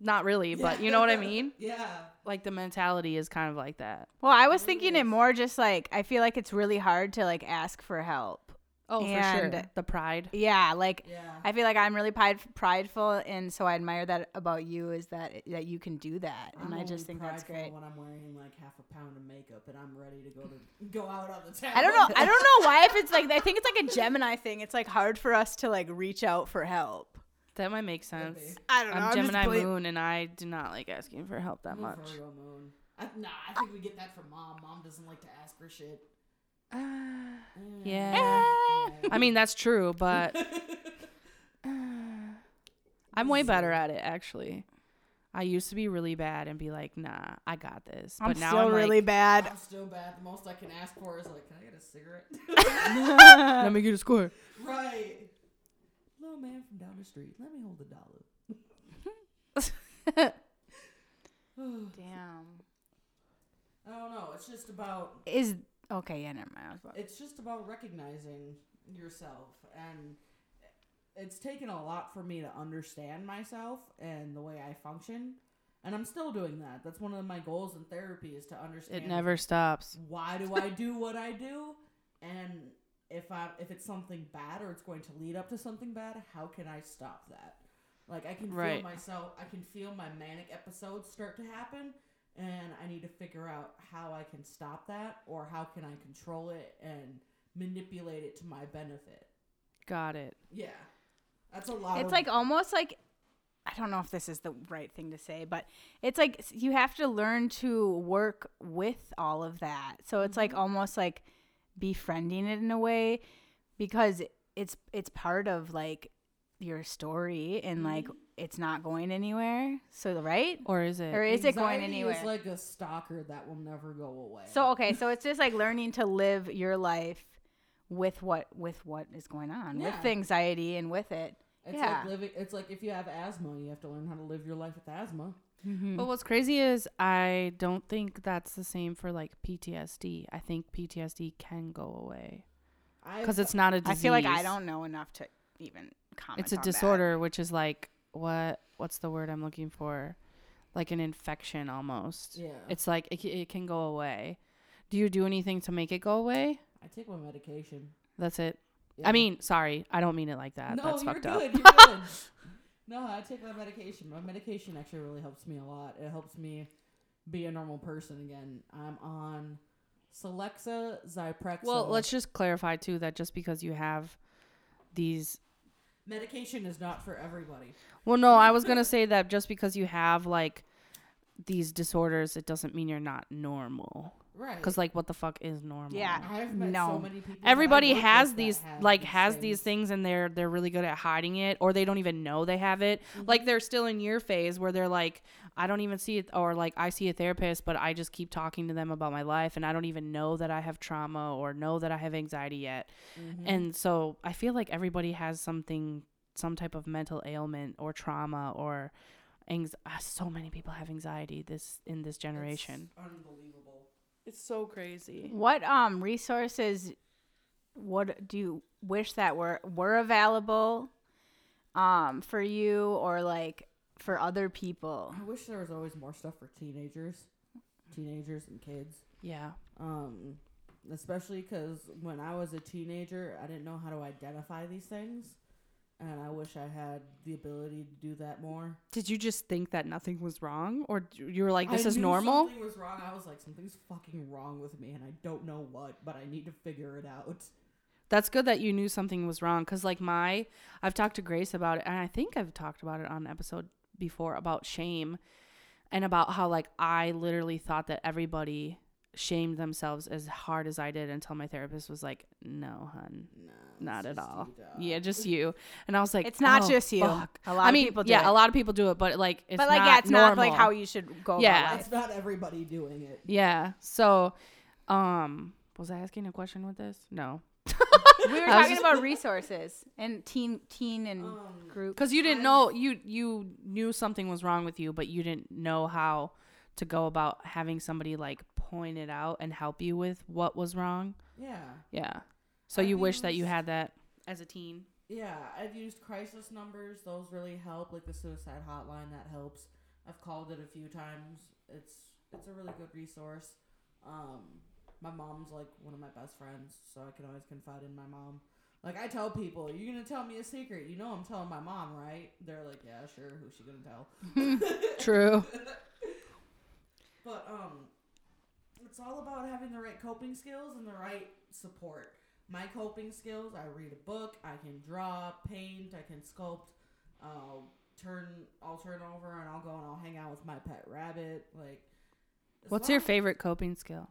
Not really, but you know what I mean?
yeah.
Like the mentality is kind of like that.
well, I was thinking it more just like I feel like it's really hard to like ask for help.
Oh,
And-
for sure. The pride.
Yeah, like
Yeah.
I feel like I'm really pride- prideful, and so I admire that about you is that that you can do that, and i
I'm
just
only
think that's
prideful
great.
When I'm wearing like half a pound of makeup and I'm ready to go to go out on the town.
I don't know. I don't know why. If it's like I think it's like a Gemini thing. It's like hard for us to like reach out for help.
That might make sense.
I don't know.
I'm
just
Gemini
bla-
Moon, and I do not like asking for help that
I'm a
much.
Virgo moon. I, nah, I think we get that from mom. Mom doesn't like to ask for shit.
Ah,
Mm.
Eh.
yeah.
Yeah.
I mean, that's true,
Eh.
but I'm way better at it, actually. I used to be really bad and be like, nah, I got this.
I'm
But now
still
I'm
really
like,
bad.
I'm still bad. The most I can ask for is like, can I get a cigarette?
let me get a score.
right. Little man from down the street. Let me hold a dollar.
Damn.
I don't know. It's just about
Is okay. Yeah, never mind. I was about-
it's just about recognizing yourself and it's taken a lot for me to understand myself and the way i function and i'm still doing that that's one of my goals in therapy is to understand
It never stops.
why do i do what i do and if i if it's something bad or it's going to lead up to something bad how can i stop that like i can
Right.
feel myself i can feel my manic episodes start to happen and i need to figure out how i can stop that or how can i control it and manipulate it to my benefit
Got it.
yeah that's a lot
It's
of-
like almost like I don't know if this is the right thing to say, but it's like s- you have to learn to work with all of that. So it's like almost like befriending it in a way because it's it's part of like your story and like it's not going anywhere. So right?
Or is it?
Or is it going
Anxiety
anywhere?
is like a stalker that will never go away
so okay, so it's just like learning to live your life with what with what is going on with
Yeah.
the anxiety and with it.
it's
yeah.
like living it's like if you have asthma you have to learn how to live your life with asthma
Mm-hmm.
But what's crazy is I don't think that's the same for like PTSD. I think PTSD can go away
I-
because it's not a
I
disease.
feel like I don't know enough to even comment.
It's a
on that.
disorder, which is like what? What's the word I'm looking for? Like an infection almost.
uh, yeah
It's like it, c- it can go away. Do you do anything to make it go away?
i take my medication
That's it.
Yeah.
I mean, sorry, I don't mean it like that.
no,
that's
you're
fucked
good.
up.
You're good. No, I take my medication. My medication actually really helps me a lot. It helps me be a normal person again. I'm on Celexa, Zyprexa.
Well, let's just clarify too that just because you have these
medication is not for everybody.
Well, no, I was gonna say that just because you have like these disorders, it doesn't mean you're not normal.
Right.
Because like, what the fuck is normal?
Yeah.
I've met
No.
so many people. that I
Everybody
work with
has
that
these
have
like has these things and they're they're really good at hiding it or they don't even know they have it. Like they're still in your phase where they're like I don't even see it or like I see a therapist but I just keep talking to them about my life and I don't even know that I have trauma or know that I have anxiety yet.
Mm-hmm.
And so I feel like everybody has something some type of mental ailment or trauma or anx- ah, so many people have anxiety this in this
It's
generation.
unbelievable.
It's so crazy.
What um resources what do you wish that were were available um for you or like for other people?
I wish there was always more stuff for teenagers, teenagers and kids.
Yeah.
Um, especially because when I was a teenager, I didn't know how to identify these things, and I wish I had the ability to do that more.
Did you just think that nothing was wrong, or d- you were like, "This
I
is
knew
normal"?
Something was wrong. I was like, something's fucking wrong with me, and I don't know what, but I need to figure it out.
That's good that you knew something was wrong because, like, my I've talked to Grace about it, and I think I've talked about it on an episode before about shame and about how, like, I literally thought that everybody shamed themselves as hard as I did until my therapist was like, "No, hun,
No, it's
not at
just
all.
you, dog.
Yeah, just you." And I was like,
It's not
"Oh,
just you.
fuck."
A lot
I
of
mean,
people do
yeah,
it.
a lot of people do it, but like, it's
but like
not
yeah, it's
normal.
not like how you should go
Yeah.
about
It's
life.
not everybody doing it.
Yeah. So, um, was I asking a question with this? No,
We were
I was
talking about resources and teen teen
Mm.
and
Um,
group.
because you didn't know you you knew something was wrong with you, but you didn't know how to go about having somebody like point it out and help you with what was wrong.
Yeah,
Yeah. So
I
you wish that you
used-
had that as a teen.
yeah. I've used crisis numbers; those really help, like the suicide hotline. That helps. I've called it a few times. It's it's a really good resource. Um, my mom's like one of my best friends, so I can always confide in my mom. Like I tell people, you're gonna tell me a secret. You know I'm telling my mom, right? They're like, yeah, sure. Who's she gonna tell?
True.
But um, it's all about having the right coping skills and the right support. My coping skills: I read a book, I can draw, paint, I can sculpt. I'll turn, I'll turn over, and I'll go and I'll hang out with my pet rabbit. Like, as
What's your
long-
favorite coping skill?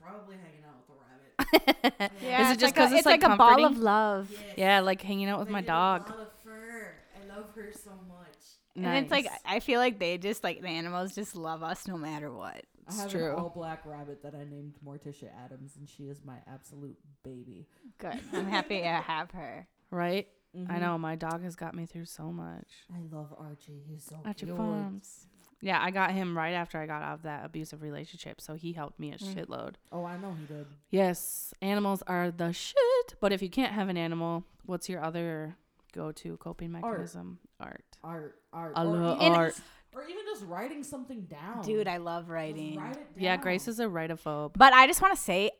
Probably hanging out with the rabbit.
Is it
it's
just
like a-
'cause it's,
it's
like,
like, a ball of
comforting?
love?
Yes.
Yeah, like hanging out with
They
my
get
dog.
A lot of fur. I love her so much.
And it's like
Nice.
I feel like they just like the animals just love us no matter what.
I
It's
have
true.
an all black rabbit that I named Morticia Adams, and she is my absolute baby.
Good. I'm happy to have her.
right. I
Mhm.
know my dog has got me through so much.
I love Archie. He's so
At your
cute.
farms. Yeah, I got him right after I got out of that abusive relationship, so he helped me a
Mm.
shitload.
Oh, I know he did.
Yes, animals are the shit. But if you can't have an animal, what's your other go-to coping
Art.
mechanism? Art.
Art, art,
I
or
love
even
art.
just- or even just writing something down.
Dude, I love
Just
writing.
write it
Yeah,
down.
Grace is a writophobe.
But I just want to say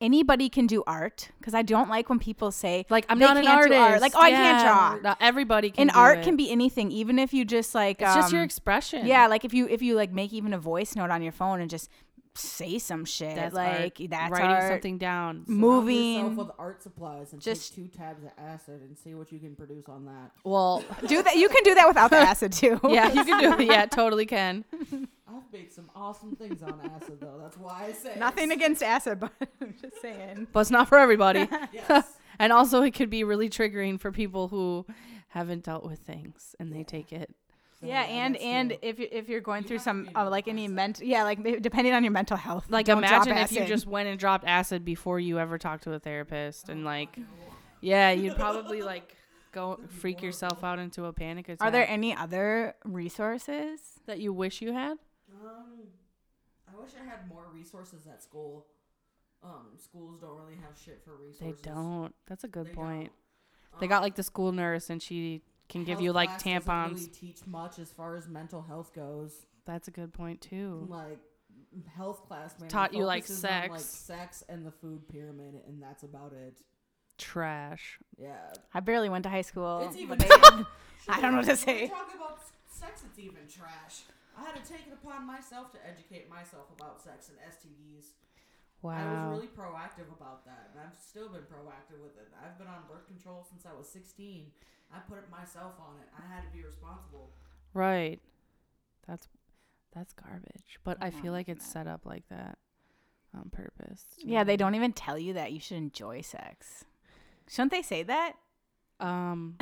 anybody can do art because I don't like when people say
Like I'm
They
not an
can't
artist.
do art. Like, oh, I can't draw.
Not everybody can.
and
do
art
it.
can be anything, even if you just like
It's just your
um,
expression.
Yeah, like if you if you like make even a voice note on your phone and just say some shit,
that's
like
art.
that's
writing
art.
something down.
Mm.
Surround
moving,
yourself with art supplies and
just-
take two tabs of acid and see what you can produce on that.
Well,
Do that. You can do that without the acid too.
yeah, you can do it. Yeah, totally can.
I've made some awesome things on acid though. That's why I say
Nothing against acid, but I'm just saying.
But it's not for everybody.
Yes.
And also, it could be really triggering for people who haven't dealt with things and they take it.
So,
yeah, and
that's
and
true.
if you if you're going
You
through
have to
some
be
uh, like any mental, yeah, like may- depending on your mental health.
Like,
don't drop
imagine if you
acid.
just went and dropped acid before you ever talked to a therapist,
Oh
and like, yeah, you'd probably like go freak yourself out into a panic attack.
Are there any other resources?
that you wish you had?
Um, I wish I had more resources at school. Um, schools don't really have shit for
They
resources.
don't. That's a good
They
point.
don't.
They got
Um,
like the school nurse, and she can give
health
you like
class doesn't
tampons.
Really teach much as far as mental health goes.
That's a good point too.
Like health class man,
Taught you, like,
focuses on, like
sex.
sex and the food pyramid, and that's about it.
Trash.
Yeah,
I barely went to high
Oh,
school.
it's
but
even.
they- I don't know what to
When we
say.
Talk about s- sex; it's even trash. I had to take it upon myself to educate myself about sex and STDs. I
Wow.
was really proactive about that, and I've still been proactive with it. I've been on birth control since I was 16. I put it myself on it. I had to be responsible.
right. That's that's garbage. But I
I'm
feel
not
like
into
it's set up like that on purpose.
yeah, they don't even tell you that you should enjoy sex. Shouldn't they say that?
Um.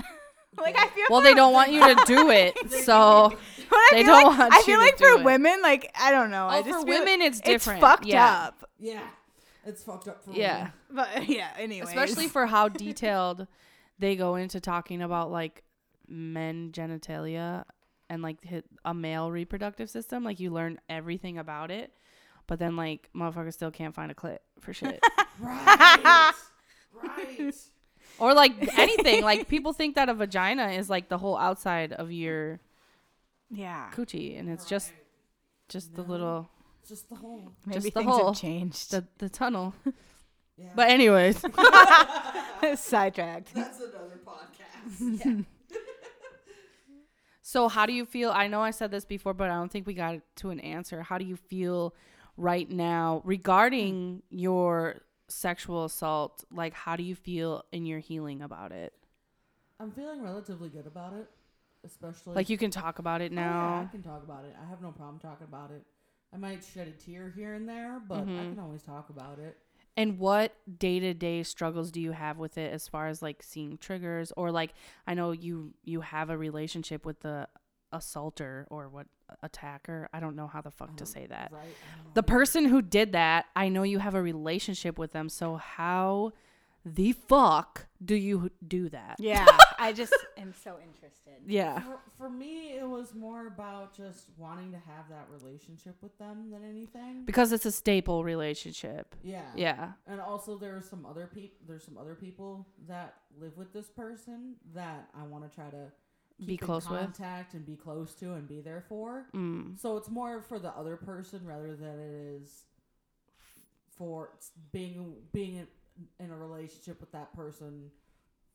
Like I feel.
Well, they don't want you to do it, so
But I
They
feel
don't
like,
want
I
you
feel
to
like
do
for
it.
women, like I don't know. I
Oh,
just
for
feel-
women, it's different.
It's fucked
Yeah.
up.
Yeah, it's fucked up for
Yeah,
But yeah, anyway.
especially for how detailed they go into talking about like men genitalia and like hit a male reproductive system. Like you learn everything about it, but then like motherfuckers still can't find a clit for shit.
Right. right.
or like anything. Like people think that a vagina is like the whole outside of your
Yeah.
coochie and it's just
Right.
just the
No.
little
just the whole.
Maybe
Just the
things
hole.
have changed.
the, the tunnel.
Yeah.
But anyways,
Sidetracked.
that's another podcast.
so how do you feel? I know I said this before, but I don't think we got to an answer. How do you feel right now regarding your sexual assault? Like how do you feel in your healing about it?
I'm feeling relatively good about it, especially
Like you can talk about it
Oh, yeah,
now.
I can talk about it. I have no problem talking about it. I might shed a tear here and there, but I
Mhm.
can always talk about it.
And what day to day struggles do you have with it as far as like seeing triggers or like I know you you have a relationship with the assaulter or what attacker? I don't know how the fuck to
Um,
say that.
Right? I don't know.
Uh, The person who did that, I know you have a relationship with them, so how the fuck do you do that?
Yeah. I just am so interested.
Yeah.
For, for me, it was more about just wanting to have that relationship with them than anything.
Because it's a staple relationship.
yeah.
Yeah.
And also, there are some other people. There's some other people that live with this person that I want to try to
Be
keep in
close with.
contact and be close to and be there for.
Mm.
So it's more for the other person rather than it is for s- being being in, in a relationship with that person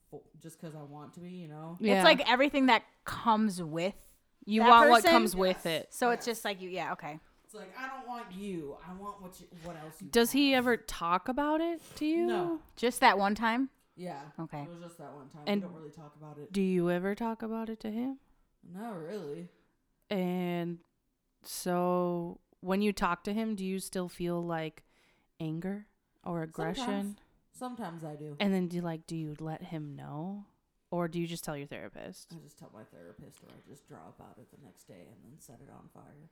fo- just because I want to be, you know.
Yeah.
It's like everything that comes with.
you
that
want what
person-
comes with
Yes.
it.
So it's just like you. Yeah. Okay.
It's like I don't want you. I want what you, what else you
Does he
have.
ever talk about it to you?
No.
Just that one time.
Yeah.
Okay.
It was just that one time.
And-
we don't really talk about it.
Do you ever talk about it to him?
No, really.
And so when you talk to him, do you still feel like anger or aggression?
Sometimes. Sometimes I do.
And then do you like do you let him know? Or do you just tell your therapist?
I just tell my therapist, or I just draw about it the next day and then set it on fire.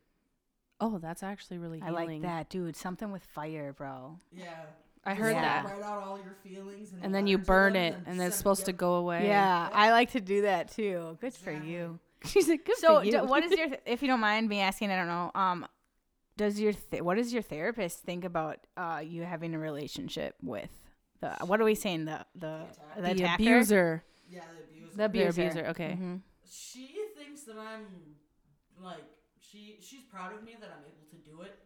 Oh, that's actually really
I like
healing.
that, dude. Something with fire, bro.
Yeah.
I
Just
heard
like
Yeah.
that.
Write out all your feelings, and,
And then you
letters
burn
them
it
and
and then it's
send-
supposed to
yep.
go away.
Yeah, I like to do that too. Good for you.
She's like, good
So,
for you.
d- what is your? Th- if you don't mind me asking, I don't know. Um, does your th- what does your therapist think about uh you having a relationship with the? What are we saying? The the the,
the
attacker?
abuser?
Yeah, the abuse.
The abuser.
The abuser, okay.
Mhm.
she thinks that I'm like she she's proud of me that I'm able to do it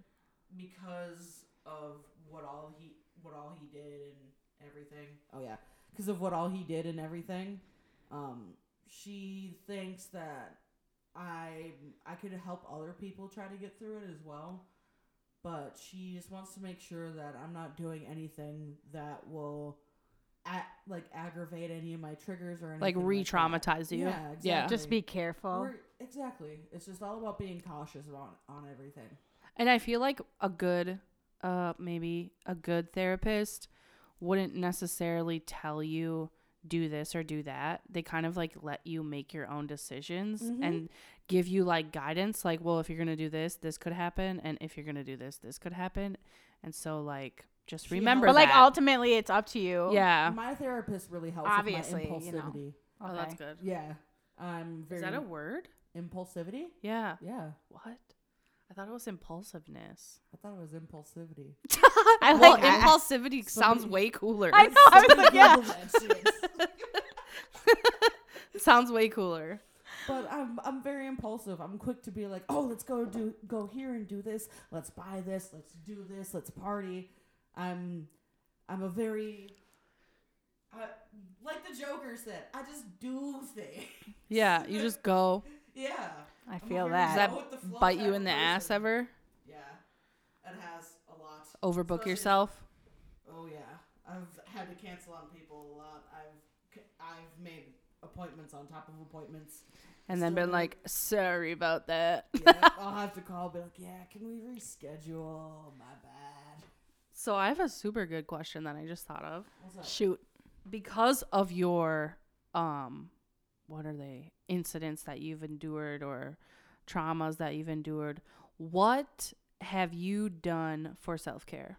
because of what all he what all he did and everything. Oh yeah, because of what all he did and everything. Um, she thinks that I I could help other people try to get through it as well. But she just wants to make sure that I'm not doing anything that will, at, like aggravate any of my triggers or anything
Like
that.
re traumatize you.
Yeah,
yeah.
exactly.
Just be careful.
We're- exactly. It's just all about being cautious on on everything.
And I feel like a good, uh, maybe a good therapist wouldn't necessarily tell you do this or do that. They kind of like let you make your own decisions
Mm-hmm.
Mhm.
and give you like guidance. Like, well, if you're gonna do this, this could happen, and if you're gonna do this, this could happen. And so, like, just
She
remember,
But like
that.
ultimately, it's up to you.
yeah.
My therapist really helps
Obviously,
with my
you know.
impulsivity.
Okay.
Oh, that's good.
Yeah. I'm very
Is that a word?
impulsivity?
Yeah.
Yeah.
What? I thought it was impulsiveness.
I thought it was impulsivity.
I like
well,
that.
impulsivity
So
sounds
we-
way cooler.
I know. I was like, yeah.
Google that shit.
sounds way cooler.
but I'm I'm very impulsive. I'm quick to be like, "Oh, let's go do go here and do this. Let's buy this. Let's do this. Let's party." I'm I'm a very I, like the Joker said, I just do things.
Yeah, you just go.
Yeah.
I
I'm a
feel
very
that.
Does that
go with the flow
bite
type
you
of
in the ass
person.
ever? Oh.
Yeah. It has a lot.
Overbook
Especially-
yourself?
Oh yeah. I've had to cancel on people a lot. I've c- I've made appointments on top of appointments.
And then
Still
been
do.
like, sorry about that.
Yeah, I'll have to call be like, "Yeah, can we reschedule? My bad."
So I have a super good question that I just thought of.
What's up?
Shoot.
Because of your um what are they? Incidents that you've endured or traumas that you've endured, what have you done for self care?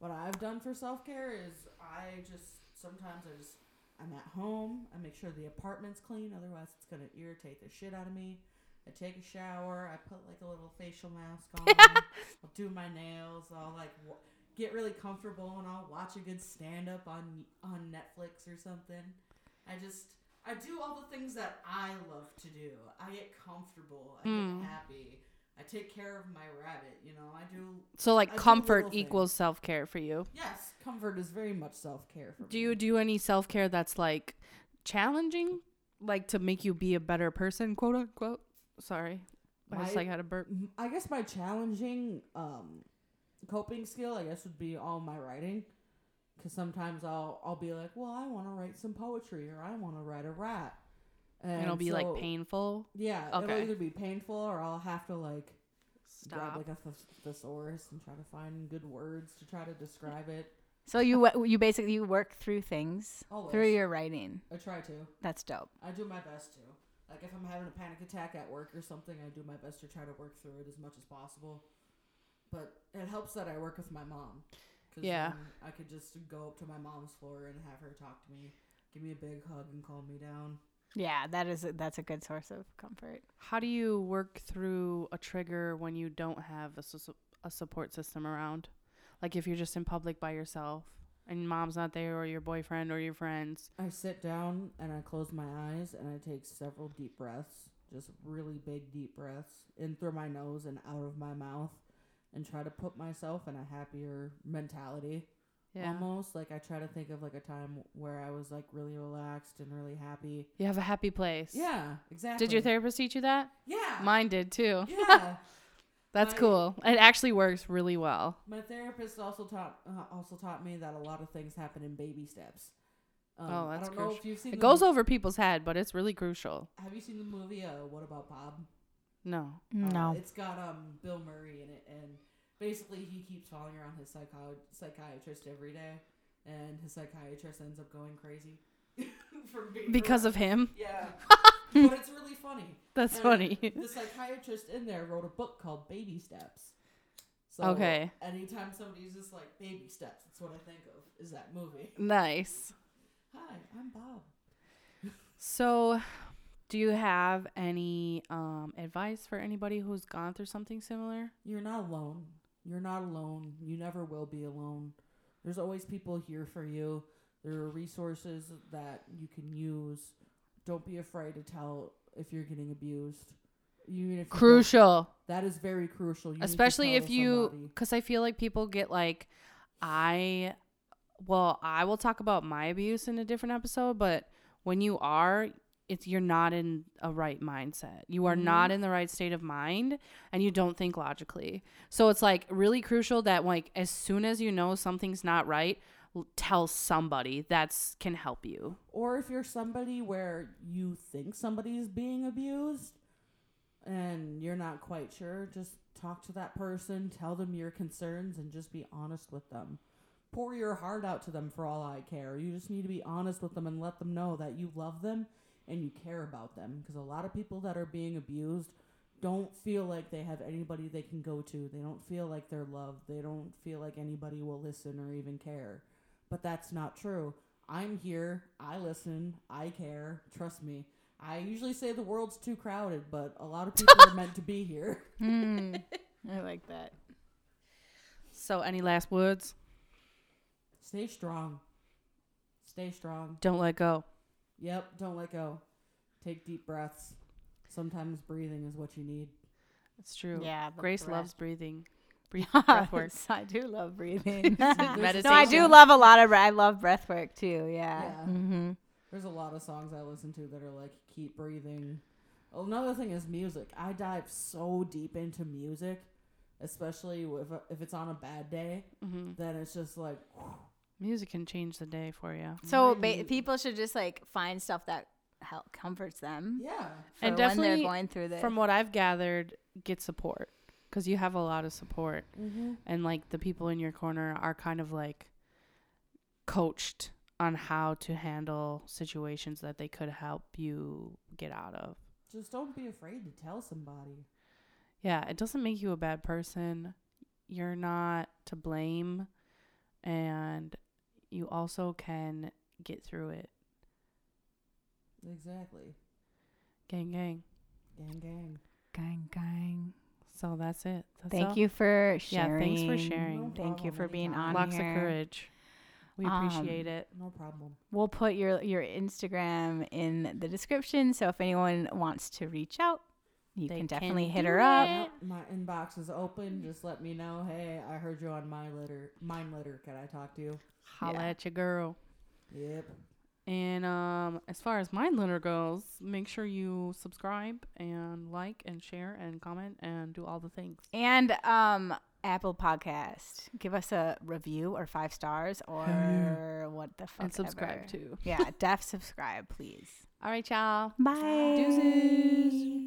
What I've done for self care is I just sometimes I just I'm at home. I make sure the apartment's clean. Otherwise, it's gonna irritate the shit out of me. I take a shower. I put like a little facial mask on. I'll do my nails. I'll like w- get really comfortable and I'll watch a good stand up on on Netflix or something. I just I do all the things that I love to do. I get comfortable. I
Mm.
get happy. I take care of my rabbit. You know, I do.
So like
I do
comfort
little things.
equals self care for you.
Yes, comfort is very much self care for
Do
me.
you do any self care that's like challenging, like to make you be a better person, quote unquote? Sorry, I just
My-
like had a burp.
M- I guess my challenging um, coping skill, I guess, would be all my writing. Because sometimes I'll I'll be like, well, I want to write some poetry or I want to write a rap,
And it'll be
so-
like painful.
Yeah, it'll
Okay.
either be painful or I'll have to like grab
Stop.
like a thes- thesaurus and try to find good words to try to describe it.
So you wo- you basically you work through things
Always.
through your writing.
I try to.
That's dope.
I do my best to. Like if I'm having a panic attack at work or something, I do my best to try to work through it as much as possible. But it helps that I work with my mom. 'cause
Yeah.
then I could just go up to my mom's floor and have her talk to me, give me a big hug, and calm me down.
Yeah, that is a, that's a good source of comfort.
How do you work through a trigger when you don't have a, sus- a support system around? Like if you're just in public by yourself and mom's not there or your boyfriend or your friends.
I sit down and I close my eyes and I take several deep breaths, just really big deep breaths, in through my nose and out of my mouth, and try to put myself in a happier mentality.
Yeah.
almost like i try to think of like a time where i was like really relaxed and really happy
You have a happy place.
yeah exactly
Did your therapist teach you that?
yeah
Mine did too.
yeah
That's
My-
cool. It actually works really well.
my therapist also taught uh, also taught me that a lot of things happen in baby steps um,
Oh, that's
i don't know if
crucial.
you've seen
It
the
goes
mo-
over people's head, but it's really crucial.
have you seen the movie uh, what about bob
No.
Uh,
No.
it's got um Bill Murray in it, and basically he keeps following around his psycho- psychiatrist every day, and his psychiatrist ends up going crazy from being
Because of him?
yeah. but it's really funny.
That's
And
funny.
The psychiatrist in there wrote a book called Baby Steps. So
Okay.
Anytime somebody's just like baby steps, that's what I think of is that movie.
Nice.
Hi, I'm Bob.
So, do you have any um, advice for anybody who's gone through something similar?
You're not alone. You're not alone. You never will be alone. There's always people here for you. There are resources that you can use. Don't be afraid to tell if you're getting abused. Even if you don't-
Crucial,
That is very crucial. You need to
especially
tell
if you,
somebody.
because I feel like people get like, I, well, I will talk about my abuse in a different episode, but when you are, it's you're not in a right mindset. You are not in the right state of mind, and you don't think logically. So it's like really crucial that like as soon as you know something's not right, l- tell somebody that's can help you.
or if you're somebody where you think somebody's being abused and you're not quite sure, just talk to that person, tell them your concerns, and just be honest with them. Pour your heart out to them for all I care. You just need to be honest with them and let them know that you love them and you care about them. Because a lot of people that are being abused don't feel like they have anybody they can go to. They don't feel like they're loved. They don't feel like anybody will listen or even care. But that's not true. I'm here. I listen. I care. Trust me. I usually say the world's too crowded, but a lot of people are meant to be here.
Mm, I like that.
So, any last words?
Stay strong. Stay strong.
Don't let go.
Yep. Don't let go. Take deep breaths. Sometimes breathing is what you need.
It's true.
Yeah. the
Grace
breath.
loves breathing. Breathe, breath work.
Yes, I do love breathing.
Meditation.
Ah, no, I do love a lot of. I love breath work too. Yeah.
Yeah.
Mm-hmm.
There's a lot of songs I listen to that are like keep breathing. Oh, Another thing is music. I dive so deep into music, especially if if it's on a bad day.
hmm
Then it's just like
Music can change the day for you.
So
Right.
ba- people should just like find stuff that help comforts them
yeah.
for
And
when they're
definitely
going through this.
From what I've gathered, get support because you have a lot of support,
Mm-hmm.
and like the people in your corner are kind of like coached on how to handle situations that they could help you get out of.
Just don't be afraid to tell somebody.
Yeah, it doesn't make you a bad person. You're not to blame, and you also can get through it.
Exactly.
Gang, gang.
Gang, gang.
Gang, gang.
So that's it. That's
Thank
all.
you for
Yeah,
sharing.
thanks for sharing.
Thank you
problem,
for being on
anytime.
Lots
here.
of courage. We
Um,
appreciate it.
No problem.
We'll put your your Instagram in the description, so if anyone wants to reach out, you
They
can
can
definitely hit
do
her up.
it.
My inbox is open. Just let me know. Hey, I heard you on my letter. Mine letter. Can I talk to you?
Holla
Yeah.
at your girl.
Yep.
And um, as far as my letter goes, make sure you subscribe and like and share and comment and do all the things.
And um, Apple Podcast, give us a review or five stars or what the fuck.
and subscribe
ever.
too.
Yeah, def subscribe, please.
All right, y'all.
Bye.
Deuces.